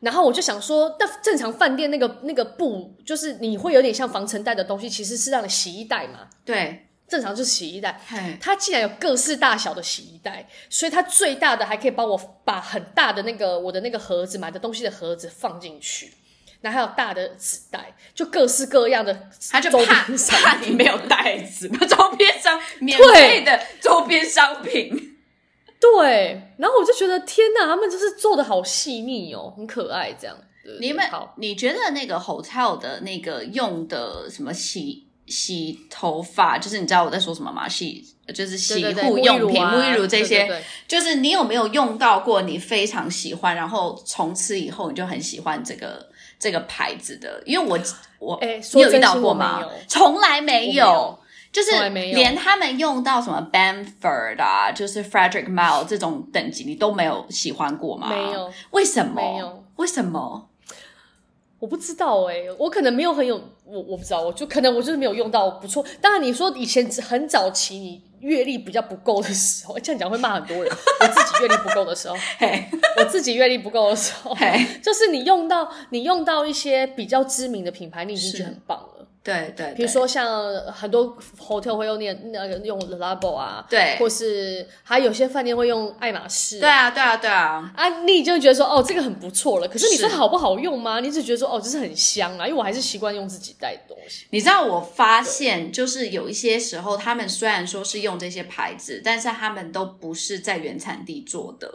Speaker 1: 然后我就想说，那正常饭店那个那个布就是你会有点像防尘袋的东西，其实是让你洗衣袋嘛，
Speaker 2: 对，
Speaker 1: 正常就是洗衣袋。
Speaker 2: 嘿，
Speaker 1: 它既然有各式大小的洗衣袋，所以它最大的还可以帮我把很大的那个我的那个盒子买的东西的盒子放进去，然后还有大的纸袋，就各式各样的
Speaker 2: 他就
Speaker 1: 周
Speaker 2: 怕
Speaker 1: 边商
Speaker 2: 怕
Speaker 1: 品
Speaker 2: 你没有袋子， 周边商免费的周边商品，
Speaker 1: 对，然后我就觉得天哪，他们就是做的好细腻哦，很可爱这样。对对
Speaker 2: 你们
Speaker 1: 好，
Speaker 2: 你觉得那个 hotel 的那个用的什么洗洗头发，就是你知道我在说什么吗？洗就是洗
Speaker 1: 对对对
Speaker 2: 护用品、
Speaker 1: 沐
Speaker 2: 沐
Speaker 1: 浴
Speaker 2: 浴
Speaker 1: 乳
Speaker 2: 乳
Speaker 1: 啊
Speaker 2: 这些，
Speaker 1: 对对对
Speaker 2: 就是你有没有用到过你非常喜欢，然后从此以后你就很喜欢这个这个牌子的？因为我我、
Speaker 1: 哎说
Speaker 2: 你有遇
Speaker 1: 真
Speaker 2: 到
Speaker 1: 心
Speaker 2: 过
Speaker 1: 我没
Speaker 2: 吗
Speaker 1: 有？
Speaker 2: 从来没
Speaker 1: 我没有
Speaker 2: 就是
Speaker 1: 从来没有
Speaker 2: 连他们用到什么 Bamford 啊，就是 Frederick Mile 这种等级，你都没有喜欢过吗？
Speaker 1: 没有，
Speaker 2: 为什么？
Speaker 1: 没有，
Speaker 2: 为什么？
Speaker 1: 我不知道哎、我可能没有很有，我我不知道，我就可能我就是没有用到不错。当然你说以前很早期你阅历比较不够的时候，这样讲会骂很多 人。我自己阅历不够的时候，
Speaker 2: 嘿，
Speaker 1: 我自己阅历不够的时候，
Speaker 2: 嘿，
Speaker 1: 就是你用到你用到一些比较知名的品牌，你已经觉得
Speaker 2: 是
Speaker 1: 很棒了。
Speaker 2: 对对，
Speaker 1: 比如说像很多 hotel 会用那那个用 Labo 啊，
Speaker 2: 对
Speaker 1: 或是还有些饭店会用爱马仕、
Speaker 2: 对对啊，对啊，对啊，
Speaker 1: 啊，你就觉得说哦，这个很不错了。可是你说
Speaker 2: 是
Speaker 1: 好不好用吗？你只觉得说哦，这是很香啊，因为我还是习惯用自己带的东西。
Speaker 2: 你知道，我发现就是有一些时候，他们虽然说是用这些牌子，但是他们都不是在原产地做的，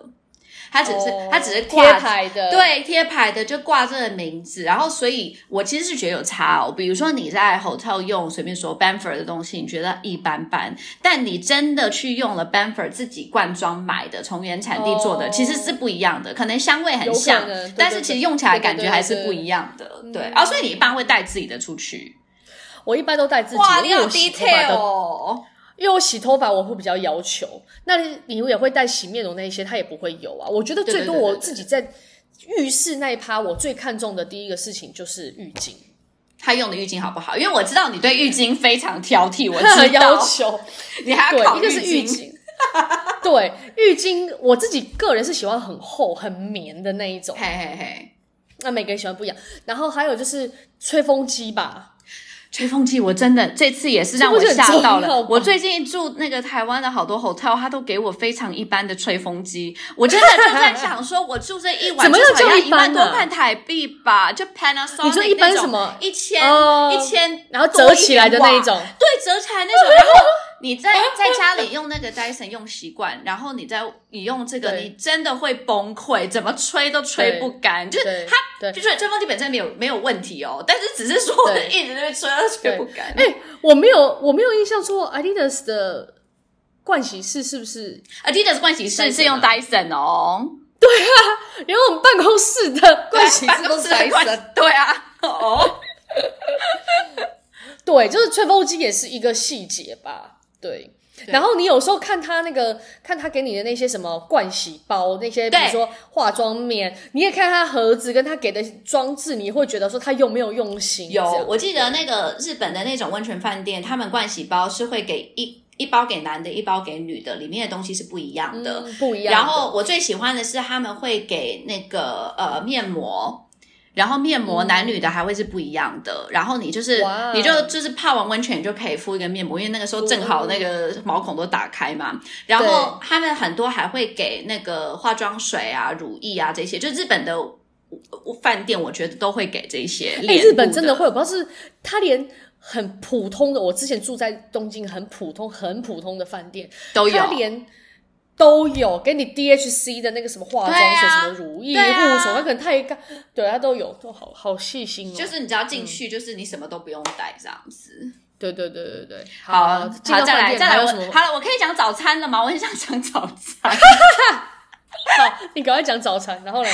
Speaker 2: 它只是、
Speaker 1: 哦
Speaker 2: 它只是
Speaker 1: 贴
Speaker 2: 挂
Speaker 1: 牌的，，
Speaker 2: 对，贴牌的就挂这个名字，然后所以我其实是觉得有差哦。比如说你在 hotel 用随便说 Banford 的东西，你觉得一般般，但你真的去用了 Banford 自己罐装买的，从原产地做的，
Speaker 1: 哦
Speaker 2: 其实是不一样的，可能香味
Speaker 1: 有
Speaker 2: 很
Speaker 1: 可
Speaker 2: 像
Speaker 1: 能对，
Speaker 2: 但
Speaker 1: 对
Speaker 2: 是
Speaker 1: 对
Speaker 2: 其实用起来
Speaker 1: 对对
Speaker 2: 感
Speaker 1: 对
Speaker 2: 觉还是
Speaker 1: 对
Speaker 2: 不一样的。对
Speaker 1: 嗯
Speaker 2: 啊，所以你一般会带自己的出去。
Speaker 1: 我一般都带自己，
Speaker 2: 哇，你
Speaker 1: 因为
Speaker 2: 有
Speaker 1: 我洗头发
Speaker 2: detail
Speaker 1: 都，
Speaker 2: 哦。
Speaker 1: 因为我洗头发我会比较要求。那你也会带洗面乳那一些，它也不会有啊。我觉得
Speaker 2: 对对
Speaker 1: 最多
Speaker 2: 对对
Speaker 1: 我
Speaker 2: 对
Speaker 1: 自己在浴室那一趴，我最看重的第一个事情就是浴巾。
Speaker 2: 他用的浴巾好不好？因为我知道你对浴巾非常挑剔， 我
Speaker 1: 很
Speaker 2: 知
Speaker 1: 要
Speaker 2: 道，
Speaker 1: 求，
Speaker 2: 你还要
Speaker 1: 对，
Speaker 2: 考
Speaker 1: 一个是浴
Speaker 2: 巾。
Speaker 1: 巾，对，浴巾我自己个人是喜欢很厚、很绵的那一种，
Speaker 2: 嘿嘿嘿，
Speaker 1: 那每个人喜欢不一样。然后还有就是吹风机吧，
Speaker 2: 吹风机我真的这次也是让我
Speaker 1: 吹风机
Speaker 2: 吓
Speaker 1: 很
Speaker 2: 到
Speaker 1: 重要
Speaker 2: 了
Speaker 1: 吧。
Speaker 2: 我最近住那个台湾的好多 hotel，他都给我非常一般的吹风机，我真的就在想说，我住这一晚
Speaker 1: 怎么样
Speaker 2: 至少要
Speaker 1: 叫一
Speaker 2: 一
Speaker 1: 般啊
Speaker 2: 万多块台币吧？就 Panasonic
Speaker 1: 你说一般
Speaker 2: 哦那种
Speaker 1: 什么
Speaker 2: 一千
Speaker 1: 哦
Speaker 2: 一千，
Speaker 1: 然后折起来的那一种。
Speaker 2: 对，折起来那种，然后你在在家里用那个 Dyson 用习惯，然后你在你用这个，
Speaker 1: 对
Speaker 2: 你真的会崩溃，怎么吹都吹不干。就是
Speaker 1: 对
Speaker 2: 它，
Speaker 1: 对
Speaker 2: 就是吹风机本身没有没有问题哦，但是只是说
Speaker 1: 对
Speaker 2: 一直在那边吹，它吹不干。
Speaker 1: 哎、我没有，我没有印象说 Adidas 的盥洗室是不是？
Speaker 2: Adidas 盥洗室
Speaker 1: Dyson
Speaker 2: 是用
Speaker 1: 啊
Speaker 2: Dyson 哦，
Speaker 1: 连我们办公室的盥洗
Speaker 2: 办
Speaker 1: 室都
Speaker 2: 公
Speaker 1: 是
Speaker 2: 室的盥
Speaker 1: Dyson。
Speaker 2: 洗对啊，哦，
Speaker 1: 对，就是吹风机也是一个细节吧。对。然后你有时候看他那个，看他给你的那些什么盥洗包，那些比如
Speaker 2: 对
Speaker 1: 说化妆棉，你也看他盒子跟他给的装置，你会觉得说他有没有用心？
Speaker 2: 有
Speaker 1: 这样，
Speaker 2: 我记得那个日本的那种温泉饭店，他们盥洗包是会给一一包给男的，一包给女的，里面的东西是不一样的。
Speaker 1: 嗯不一样的。
Speaker 2: 然后我最喜欢的是他们会给那个呃面膜，然后面膜男女的还会是不一样的。然后你就是
Speaker 1: 嗯哇
Speaker 2: 你就就是泡完温泉你就可以敷一个面膜，因为那个时候正好那个毛孔都打开嘛。然后他们很多还会给那个化妆水啊、乳液啊这些，就日本的。我饭店我觉得都会给这些
Speaker 1: 哎、
Speaker 2: 脸部，
Speaker 1: 日本真的会，我不知道是他连很普通的，我之前住在东京很普通、很普通的饭店，
Speaker 2: 都有
Speaker 1: 他连都有给你 DHC 的那个什么化妆水、
Speaker 2: 对啊
Speaker 1: 什么乳液、
Speaker 2: 对啊
Speaker 1: 护手，他可能太干，对他都有，都好好细心哦。
Speaker 2: 就是你只要进去，就是你什么都不用带这样子。
Speaker 1: 对对对对对，
Speaker 2: 好，好，
Speaker 1: 进到
Speaker 2: 再
Speaker 1: 饭
Speaker 2: 来，
Speaker 1: 店
Speaker 2: 再来
Speaker 1: 还有
Speaker 2: 我，
Speaker 1: 什么？
Speaker 2: 好了，我可以讲早餐了吗？我很想讲早餐。
Speaker 1: 好，你赶快讲早餐， 然后呢？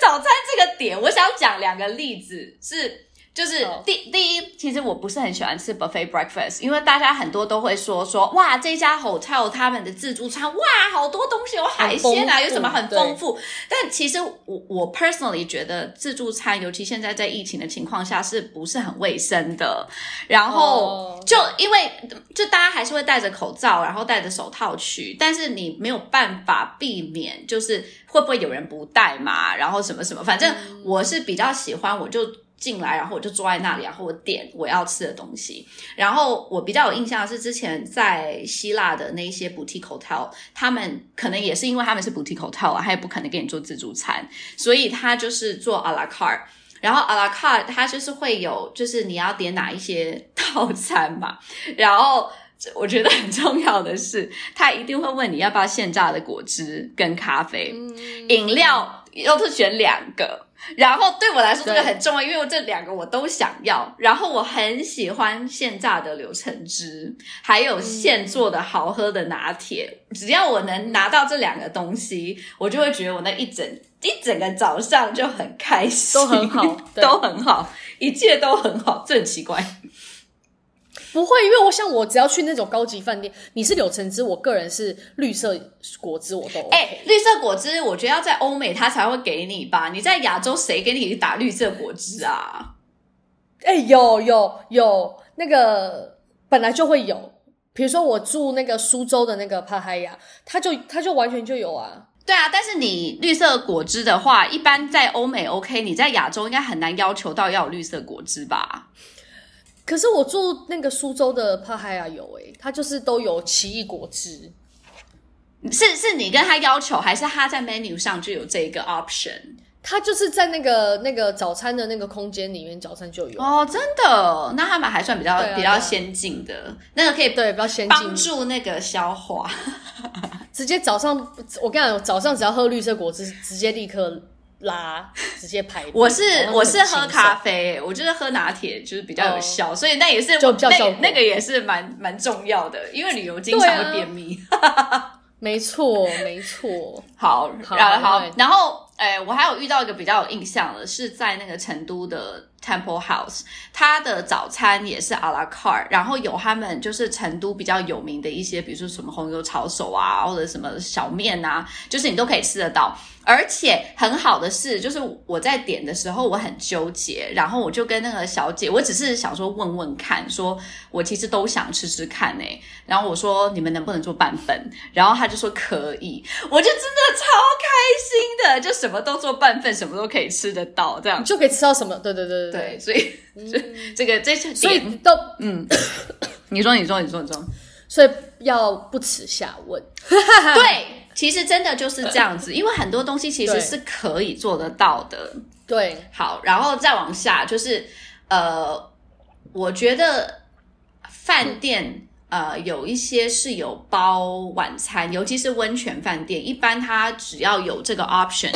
Speaker 2: 早餐这个点，我想讲两个例子是。就是
Speaker 1: 好
Speaker 2: 第第一，其实我不是很喜欢吃 buffet breakfast，因为大家很多都会说说哇，这家 hotel 他们的自助餐哇，好多东西有海鲜啊，
Speaker 1: 很丰富
Speaker 2: 有什么很丰富。但其实我我 personally 觉得自助餐，尤其现在在疫情的情况下，是不是很卫生的？然后
Speaker 1: 哦
Speaker 2: 就因为就大家还是会戴着口罩，然后戴着手套去，但是你没有办法避免，就是会不会有人不戴嘛，然后什么什么，反正我是比较喜欢，我就进来，然后我就坐在那里，然后我点我要吃的东西。然后我比较有印象的是之前在希腊的那一些 boutique hotel，他们可能也是因为他们是 boutique hotel 啊，他也不可能给你做自助餐，所以他就是做 a la carte。然后 a la carte 它就是会有，就是你要点哪一些 套餐嘛。然后这我觉得很重要的是，他一定会问你要不要现榨的果汁跟咖啡。饮料又是选两个。然后对我来说这
Speaker 1: 对
Speaker 2: 个很重要，因为我这两个我都想要。然后我很喜欢现榨的柳橙汁，还有现做的好喝的拿铁。只要我能拿到这两个东西，我就会觉得我那一整一整个早上就很开心，
Speaker 1: 都很 好对
Speaker 2: 都很好，一切都很好。这很奇怪，
Speaker 1: 不会，因为我想我只要去那种高级饭店，你是柳橙汁，我个人是绿色果汁，我都 OK
Speaker 2: 哎、绿色果汁，我觉得要在欧美它才会给你吧？你在亚洲谁给你打绿色果汁啊？
Speaker 1: 哎、有有有，那个本来就会有。比如说我住那个苏州的那个帕海亚，它就它就完全就有啊。
Speaker 2: 对啊，但是你绿色果汁的话，一般在欧美 OK，你在亚洲应该很难要求到要有绿色果汁吧？
Speaker 1: 可是我住那个苏州的帕海亚有哎、它就是都有奇异果汁。
Speaker 2: 是是你跟他要求，还是他在 menu 上就有这个 option？
Speaker 1: 它就是在那个那个早餐的那个空间里面，早餐就有，
Speaker 2: 哦，真的，那他们还算比较、
Speaker 1: 对啊
Speaker 2: 比
Speaker 1: 对
Speaker 2: 较
Speaker 1: 啊
Speaker 2: 先进的，那个可以
Speaker 1: 对，比较先
Speaker 2: 帮
Speaker 1: 进。
Speaker 2: 助那个 消化。
Speaker 1: 直接早上，我跟你讲，早上只要喝绿色果汁，直接立刻拉，直接排便。
Speaker 2: 我是
Speaker 1: 早上很
Speaker 2: 我是
Speaker 1: 清
Speaker 2: 喝
Speaker 1: 爽
Speaker 2: 咖啡，我就是喝拿铁，就是比较有
Speaker 1: 哦
Speaker 2: 效，所以那也是
Speaker 1: 就比较效
Speaker 2: 那
Speaker 1: 果
Speaker 2: 那个也是蛮蛮重要的，因为旅游经
Speaker 1: 对
Speaker 2: 常
Speaker 1: 啊
Speaker 2: 会便秘。
Speaker 1: 没错没错。
Speaker 2: 好，
Speaker 1: 好
Speaker 2: 然后好
Speaker 1: 对，
Speaker 2: 然后，哎，我还有遇到一个比较有印象的，是在那个成都的 Temple House，它的早餐也是 a la carte，然后有他们就是成都比较有名的一些，比如说什么红油抄手啊，或者什么小面啊，就是你都可以吃得到。而且很好的是，就是我在点的时候我很纠结，然后我就跟那个小姐，我只是想说问问看，说我其实都想吃吃看哎、然后我说你们能不能做半份？然后她就说可以，我就真的超开心的，就什么都做半份，什么都可以吃得到这样
Speaker 1: 你。就可以吃到什么？对对对
Speaker 2: 对，所以、这这个这是
Speaker 1: 所
Speaker 2: 点，
Speaker 1: 以都
Speaker 2: 你说你说你说你说，
Speaker 1: 所以要不耻下问。
Speaker 2: 对，其实真的就是这样子，因为很多东西其实
Speaker 1: 对
Speaker 2: 是可以做得到的。
Speaker 1: 对，
Speaker 2: 好，然后再往下就是呃，我觉得饭店。呃，有一些是有包晚餐，尤其是温泉饭店，一般它只要有这个 option，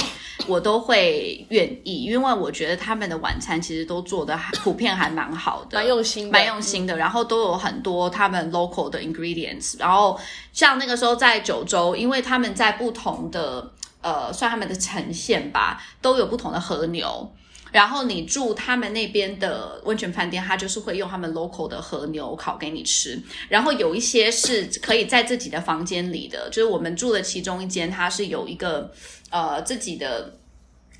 Speaker 2: 我都会愿意，因为我觉得他们的晚餐其实都做的普遍还蛮好的，
Speaker 1: 蛮用心的，
Speaker 2: 蛮用心的，然后都有很多他们 local 的 ingredients，然后像那个时候在九州，因为他们在不同的呃算他们的呈现吧，都有不同的和牛。然后你住他们那边的温泉饭店，他就是会用他们 local 的和牛烤给你吃。然后有一些是可以在自己的房间里的，就是我们住的其中一间，它是有一个呃自己的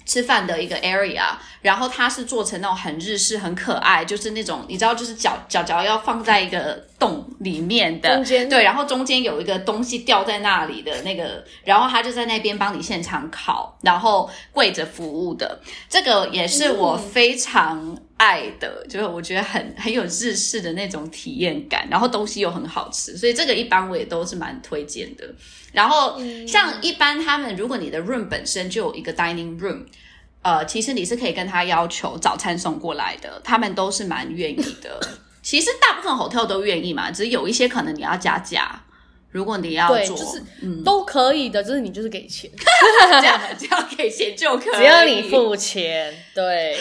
Speaker 2: 吃饭的一个 area，然后它是做成那种很日式、很可爱，就是那种你知道，就是脚脚脚要放在一个洞里面的
Speaker 1: 中，间
Speaker 2: 对，然后中间有一个东西吊在那里的那个，然后他就在那边帮你现场烤，然后跪着服务的，这个也是我非常爱的，就是我觉得很很有日式的那种体验感，然后东西又很好吃，所以这个一般我也都是蛮推荐的。然后
Speaker 1: 嗯
Speaker 2: 像一般他们，如果你的 room 本身就有一个 dining room。呃，其实你是可以跟他要求早餐送过来的，他们都是蛮愿意 的。其实大部分 hotel 都愿意嘛，只是有一些可能你要加价。如果你要
Speaker 1: 对，
Speaker 2: 做，嗯
Speaker 1: 就是都可以的，就是你就是给钱，
Speaker 2: 这样 只要给钱就 可以，
Speaker 1: 只要你付钱，对，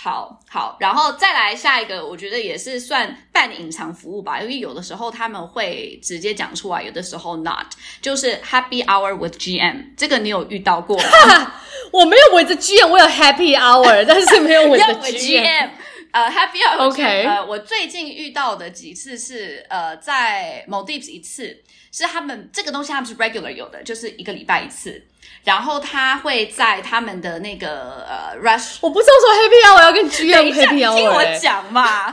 Speaker 2: 好好，然后再来下一个，我觉得也是算半隐藏服务吧，因为有的时候他们会直接讲出来，有的时候 not，就是 Happy Hour with GM，这个你有遇到过吗？
Speaker 1: 我没有围着 G M，我有 Happy Hour，但是没有围
Speaker 2: 要
Speaker 1: 着
Speaker 2: 我
Speaker 1: G M。
Speaker 2: GM。呃、h a p p y Hour with
Speaker 1: OK
Speaker 2: GM，呃，我最近遇到的几次是呃，在某 Dips 一次，是他们这个东西他们是 regular 有的，就是一个礼拜一次，然后他会在他们的那个呃 rush，
Speaker 1: 我不知道说 Happy Hour 要跟 G M
Speaker 2: 等一下，你
Speaker 1: Happy
Speaker 2: 听
Speaker 1: Hour，
Speaker 2: 我
Speaker 1: 欸
Speaker 2: 讲嘛，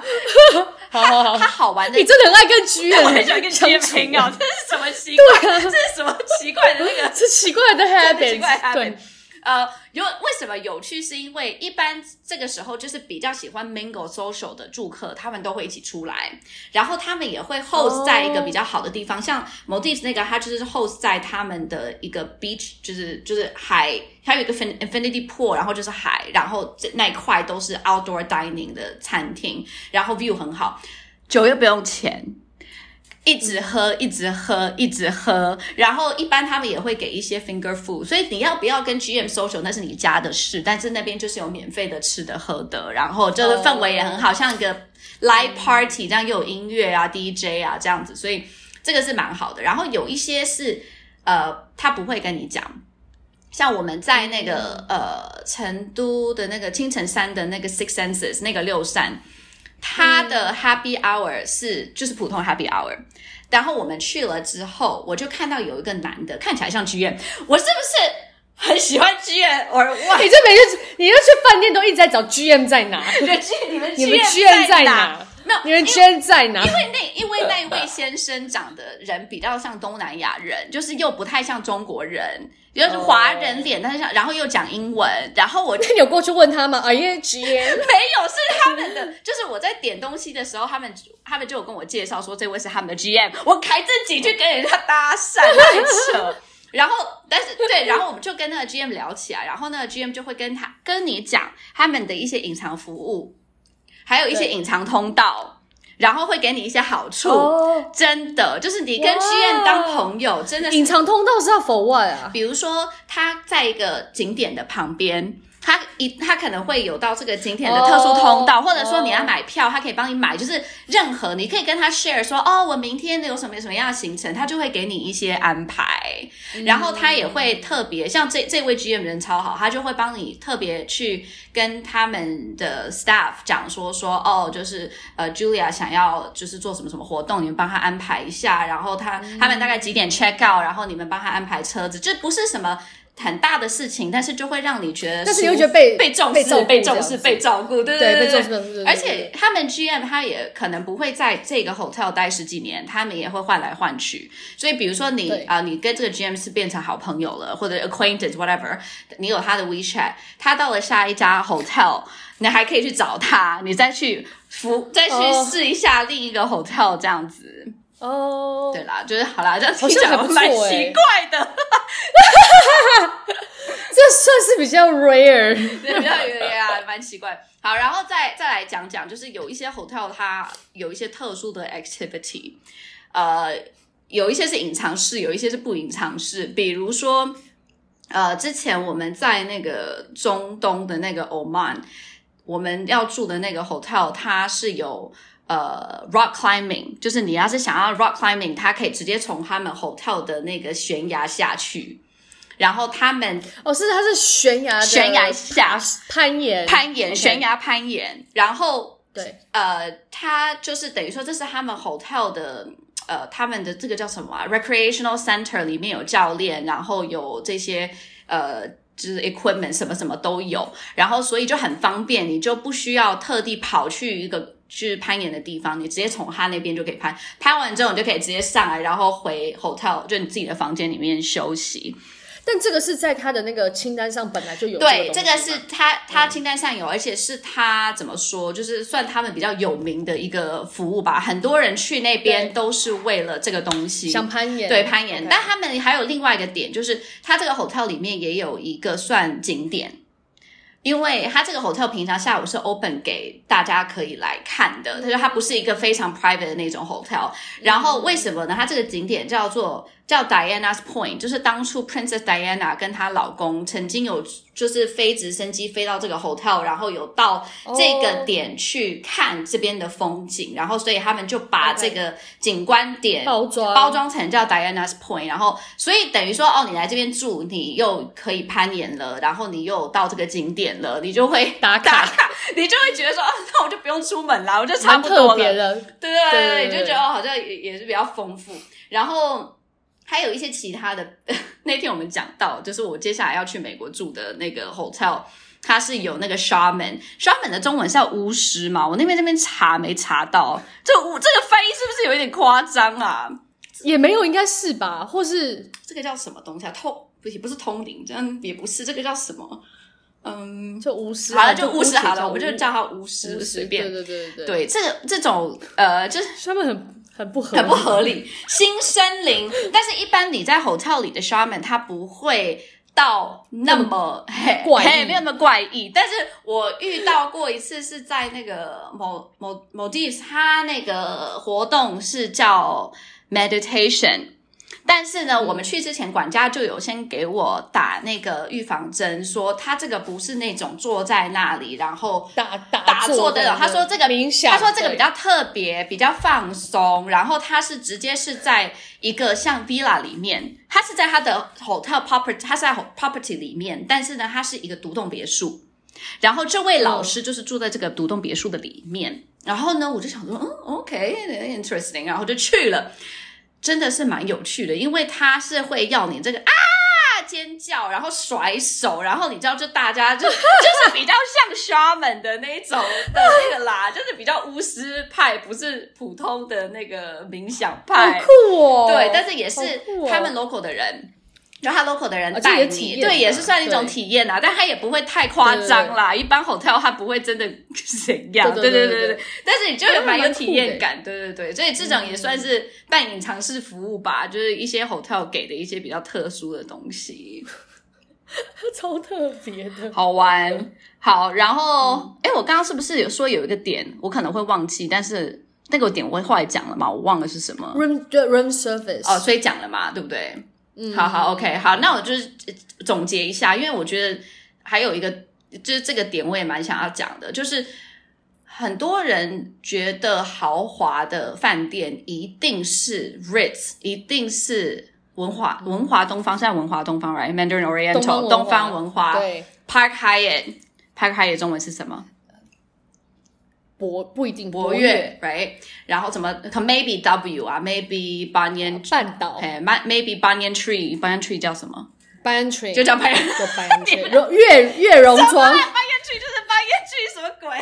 Speaker 1: 好好 好
Speaker 2: 它，好玩的
Speaker 1: 你真的很爱跟 G
Speaker 2: 我
Speaker 1: M
Speaker 2: 很喜欢跟
Speaker 1: 相
Speaker 2: 街
Speaker 1: 处
Speaker 2: 朋友， 这是什么奇怪？
Speaker 1: 啊
Speaker 2: 这是什么奇怪的那个？
Speaker 1: 是奇怪 的
Speaker 2: 这
Speaker 1: habit，
Speaker 2: 奇怪 habit
Speaker 1: 对，
Speaker 2: 呃，有为什么有趣？是因为一般这个时候就是比较喜欢 mingle social 的住客，他们都会一起出来，然后他们也会 host 在一个比较好的地方像 m o d i v s 那个，他就是 host 在他们的一个 beach，就是就是海，它有一个 fin- infinity pool，然后就是海，然后这那一块都是 outdoor dining 的餐厅，然后 view 很好，酒又不用钱。一直喝，一直喝，一直喝，然后一般他们也会给一些 finger food，所以你要不要跟 GM social 那是你家的事，但是那边就是有免费的吃的喝的，然后这个氛围也很好，像一个 live party 这样又有音乐啊、DJ 啊这样子，所以这个是蛮好的。然后有一些是呃，他不会跟你讲，像我们在那个呃成都的那个青城山的那个 Six Senses 那个六扇，它的 Happy Hour 是就是普通 Happy Hour。然后我们去了之后，我就看到有一个男的看起来像剧院，我是不是很喜欢剧院？我哇，
Speaker 1: 你这每次你要去饭店都一直在找 G M 在 哪，
Speaker 2: 你们剧你们
Speaker 1: 你
Speaker 2: 剧
Speaker 1: 们
Speaker 2: 院
Speaker 1: G M 在
Speaker 2: 哪？
Speaker 1: 哪？
Speaker 2: 没有，
Speaker 1: 你们 G M 在哪？
Speaker 2: 因为那因为那一位先生长得人比较像东南亚人，就是又不太像中国人，就是华人脸，但是像然后又讲英文，然后我就
Speaker 1: 那你有过去问他吗？啊，因为 G M
Speaker 2: 没有，是他们的，就是我在点东西的时候，他们他们就有跟我介绍说这位是他们的 GM，我还自己去跟人家搭 讪，太 扯。然后，但是对，然后我们就跟那个 GM 聊起来，然后那个 GM 就会跟他跟你讲他们的一些隐藏服务，还有一些
Speaker 1: 对
Speaker 2: 隐藏通道，然后会给你一些好处。
Speaker 1: 哦，
Speaker 2: 真的，就是你跟
Speaker 1: 哇
Speaker 2: GM 当朋友，真的是
Speaker 1: 隐藏通道是要 for what 啊？
Speaker 2: 比如说，它在一个景点的旁边，它一它可能会有到这个景点的特殊通道
Speaker 1: 哦
Speaker 2: 或者说你要买票，它可以帮你买，就是任何你可以跟他 share 说，哦，我明天有什么什么样的行程，他就会给你一些安排，
Speaker 1: 嗯
Speaker 2: 然后他也会特别像这这位 GM 人超好，他就会帮你特别去跟他们的 staff 讲说说，哦，就是呃 Julia 想要就是做什么什么活动，你们帮他安排一下，然后他他们大概几点 check out，然后你们帮他安排车子，这不是什么。很大的事情，但是就会让你觉得舒服，
Speaker 1: 但是你会觉得被
Speaker 2: 被重
Speaker 1: 被照
Speaker 2: 视、
Speaker 1: 顾
Speaker 2: 被
Speaker 1: 这
Speaker 2: 重
Speaker 1: 样
Speaker 2: 视、
Speaker 1: 子
Speaker 2: 被照顾，
Speaker 1: 对
Speaker 2: 对对
Speaker 1: 被重视被重视
Speaker 2: 而
Speaker 1: 对对
Speaker 2: 且他们 GM 他也可能不会在这个 hotel 待十几年，他们也会换来换去。所以比如说你
Speaker 1: 对
Speaker 2: 啊、你跟这个 GM 是变成好朋友了，或者 acquaintance whatever，你有他的 WeChat，他到了下一家 hotel，你还可以去找他，你再去服再去
Speaker 1: 哦
Speaker 2: 试一下另一个 hotel 这样子。
Speaker 1: 哦，
Speaker 2: 对啦，就是好啦，这样听
Speaker 1: 像
Speaker 2: 起
Speaker 1: 还
Speaker 2: 来
Speaker 1: 不
Speaker 2: 蛮
Speaker 1: 错欸
Speaker 2: 奇怪的。
Speaker 1: 这算是比较 rare。
Speaker 2: 对，比较有点啊，蛮奇怪。好，然后再再来讲讲，就是有一些 hotel 它有一些特殊的 activity。呃，有一些是隐藏式，有一些是不隐藏式。比如说，呃，之前我们在那个中东的那个 Oman，我们要住的那个 hotel，它是有呃 rock climbing，就是你要是想要 rock climbing，它可以直接从他们 hotel 的那个悬崖下去。然后他们
Speaker 1: 哦，是它是悬崖的
Speaker 2: 悬崖下
Speaker 1: 攀岩
Speaker 2: 攀岩，
Speaker 1: OK
Speaker 2: 悬崖攀岩。然后
Speaker 1: 对
Speaker 2: 呃，它就是等于说这是他们 hotel 的呃，他们的这个叫什么、啊、recreational center 里面有教练，然后有这些呃。就是 equipment 什么什么都有，然后所以就很方便，你就不需要特地跑去一个去攀岩的地方，你直接从他那边就可以攀，攀完之后你就可以直接上来，然后回 hotel 就你自己的房间里面休息。
Speaker 1: 但这个是在他的那个清单上本来就有
Speaker 2: 对，
Speaker 1: 这
Speaker 2: 这
Speaker 1: 个
Speaker 2: 个
Speaker 1: 东西嗯
Speaker 2: 是
Speaker 1: 嘛
Speaker 2: 他他清单上有，而且是他怎么说，就是算他们比较有名的一个服务吧。很多人去那边
Speaker 1: 对
Speaker 2: 都是为了这个东西，
Speaker 1: 想攀岩
Speaker 2: 对攀岩。
Speaker 1: OK
Speaker 2: 但他们还有另外一个点，就是他这个 hotel 里面也有一个算景点。因为他这个 hotel 平常下午是 open 给大家可以来看的，他说它不是一个非常 private 的那种 hotel。然后为什么呢？它这个景点叫做叫 Diana's Point，就是当初 Princess Diana 跟她老公曾经有就是飞直升机飞到这个 hotel，然后有到这个点去看这边的风景，然后所以他们就把
Speaker 1: OK
Speaker 2: 这个景观点
Speaker 1: 包装
Speaker 2: 包装成叫 Diana's Point，然后所以等于说哦，你来这边住，你又可以攀岩了，然后你又到这个景点了，你就会
Speaker 1: 打卡
Speaker 2: 打卡，你就会觉得说哦，那我就不用出门啦，我就差
Speaker 1: 蛮
Speaker 2: 不多
Speaker 1: 特
Speaker 2: 了。
Speaker 1: 别的，
Speaker 2: 对对
Speaker 1: 对对
Speaker 2: 对
Speaker 1: 对
Speaker 2: 就觉得哦好像也也是比较丰富。然后还有一些其他的，那天我们讲到，就是我接下来要去美国住的那个 hotel，它是有那个 shaman，shaman 的中文是叫巫师嘛，我那边那边查没查到，这巫这个翻译是不是有一点夸张啊？
Speaker 1: 也没有应该是吧？或是
Speaker 2: 这个叫什么东西啊？通不也不是通灵，这样也不是，这个叫什么？嗯，
Speaker 1: 就巫师啊，
Speaker 2: 好了，就巫
Speaker 1: 姑
Speaker 2: 师
Speaker 1: 且
Speaker 2: 好了，我们就
Speaker 1: 巫
Speaker 2: 叫他巫
Speaker 1: 巫
Speaker 2: 师，
Speaker 1: 师
Speaker 2: 随便。
Speaker 1: 对对对对对，
Speaker 2: 对，这个这种呃，就是
Speaker 1: 他们很很不合，
Speaker 2: 很不合。理。新森林，但是一般你在 hotel 里的 shaman 他不会到那么嘿
Speaker 1: 怪异
Speaker 2: 嘿没有那么怪异。但是我遇到过一次是在那个某某某地，他那个活动是叫 meditation。但是呢，我们去之前，管家就有先给我打那个预防针，说他这个不是那种坐在那里，然后
Speaker 1: 打打
Speaker 2: 打坐
Speaker 1: 的
Speaker 2: 的人，他说这个
Speaker 1: 冥想，
Speaker 2: 他说这个比
Speaker 1: 对
Speaker 2: 较特别，比较放松，然后他是直接是在一个像 villa 里面，他是在他的 hotel property，他是在 ho- property 里面，但是呢，它是一个独栋别墅。然后这位
Speaker 1: 嗯
Speaker 2: 老师就是住在这个独栋别墅的里面，然后呢，我就想说，嗯，OK，interesting，、然后就去了，真的是蛮有趣的，因为他是会要你这个啊。尖叫，然后甩手，然后你知道，就大家就 就是比较像 shaman 的那一种的那个啦，就是比较巫师派，不是普通的那个冥想派。
Speaker 1: 好酷哦，
Speaker 2: 哎对，但是也是
Speaker 1: 好酷哦
Speaker 2: 他们 local 的人。就他 local 的人
Speaker 1: 啊这
Speaker 2: 带
Speaker 1: 也
Speaker 2: 你，
Speaker 1: 体验
Speaker 2: 对，
Speaker 1: 嘛
Speaker 2: 也是算一种
Speaker 1: 对
Speaker 2: 体验啊，但他也不会太夸张啦。一般 hotel 他不会真的 怎样，
Speaker 1: 对对
Speaker 2: 对
Speaker 1: 对对
Speaker 2: 对。但是你就有
Speaker 1: 那
Speaker 2: 蛮有
Speaker 1: 蛮
Speaker 2: 体
Speaker 1: 酷的
Speaker 2: 验
Speaker 1: 欸嗯
Speaker 2: 感，对对对。所以这种也算是半隐藏式服务吧，就是一些 hotel 给的一些比较特殊的东西，
Speaker 1: 超特别的，
Speaker 2: 好玩。好，然
Speaker 1: 嗯
Speaker 2: 后哎、诶我刚刚是不是有说有一个点我可能会忘记，但是那个点我后来讲了嘛，我忘了是什么。
Speaker 1: room 就 room service
Speaker 2: 哦，所以讲了嘛，对不对？嗯，好好，OK，好，那我就是呃总结一下，因为我觉得还有一个，就是这个点我也蛮想要讲的，就是很多人觉得豪华的饭店一定是 Ritz，一定是文华文华东方，现在文华东方 right，Mandarin
Speaker 1: 嗯东
Speaker 2: Oriental
Speaker 1: 方文
Speaker 2: 东
Speaker 1: 华
Speaker 2: 方文华
Speaker 1: 对
Speaker 2: Park Hyatt，Park Hyatt 中文是什么？
Speaker 1: 博不一定
Speaker 2: 博悦，right？然后怎么可 maybe W 啊，maybe Banyan
Speaker 1: 半岛
Speaker 2: 哎、m a y b e banyan tree，banyan tree 叫什么？
Speaker 1: pantry
Speaker 2: 就叫 banyan，
Speaker 1: 就 pantry 月月月容妆
Speaker 2: 哎 banyan tree 就是 banyan tree 什么鬼？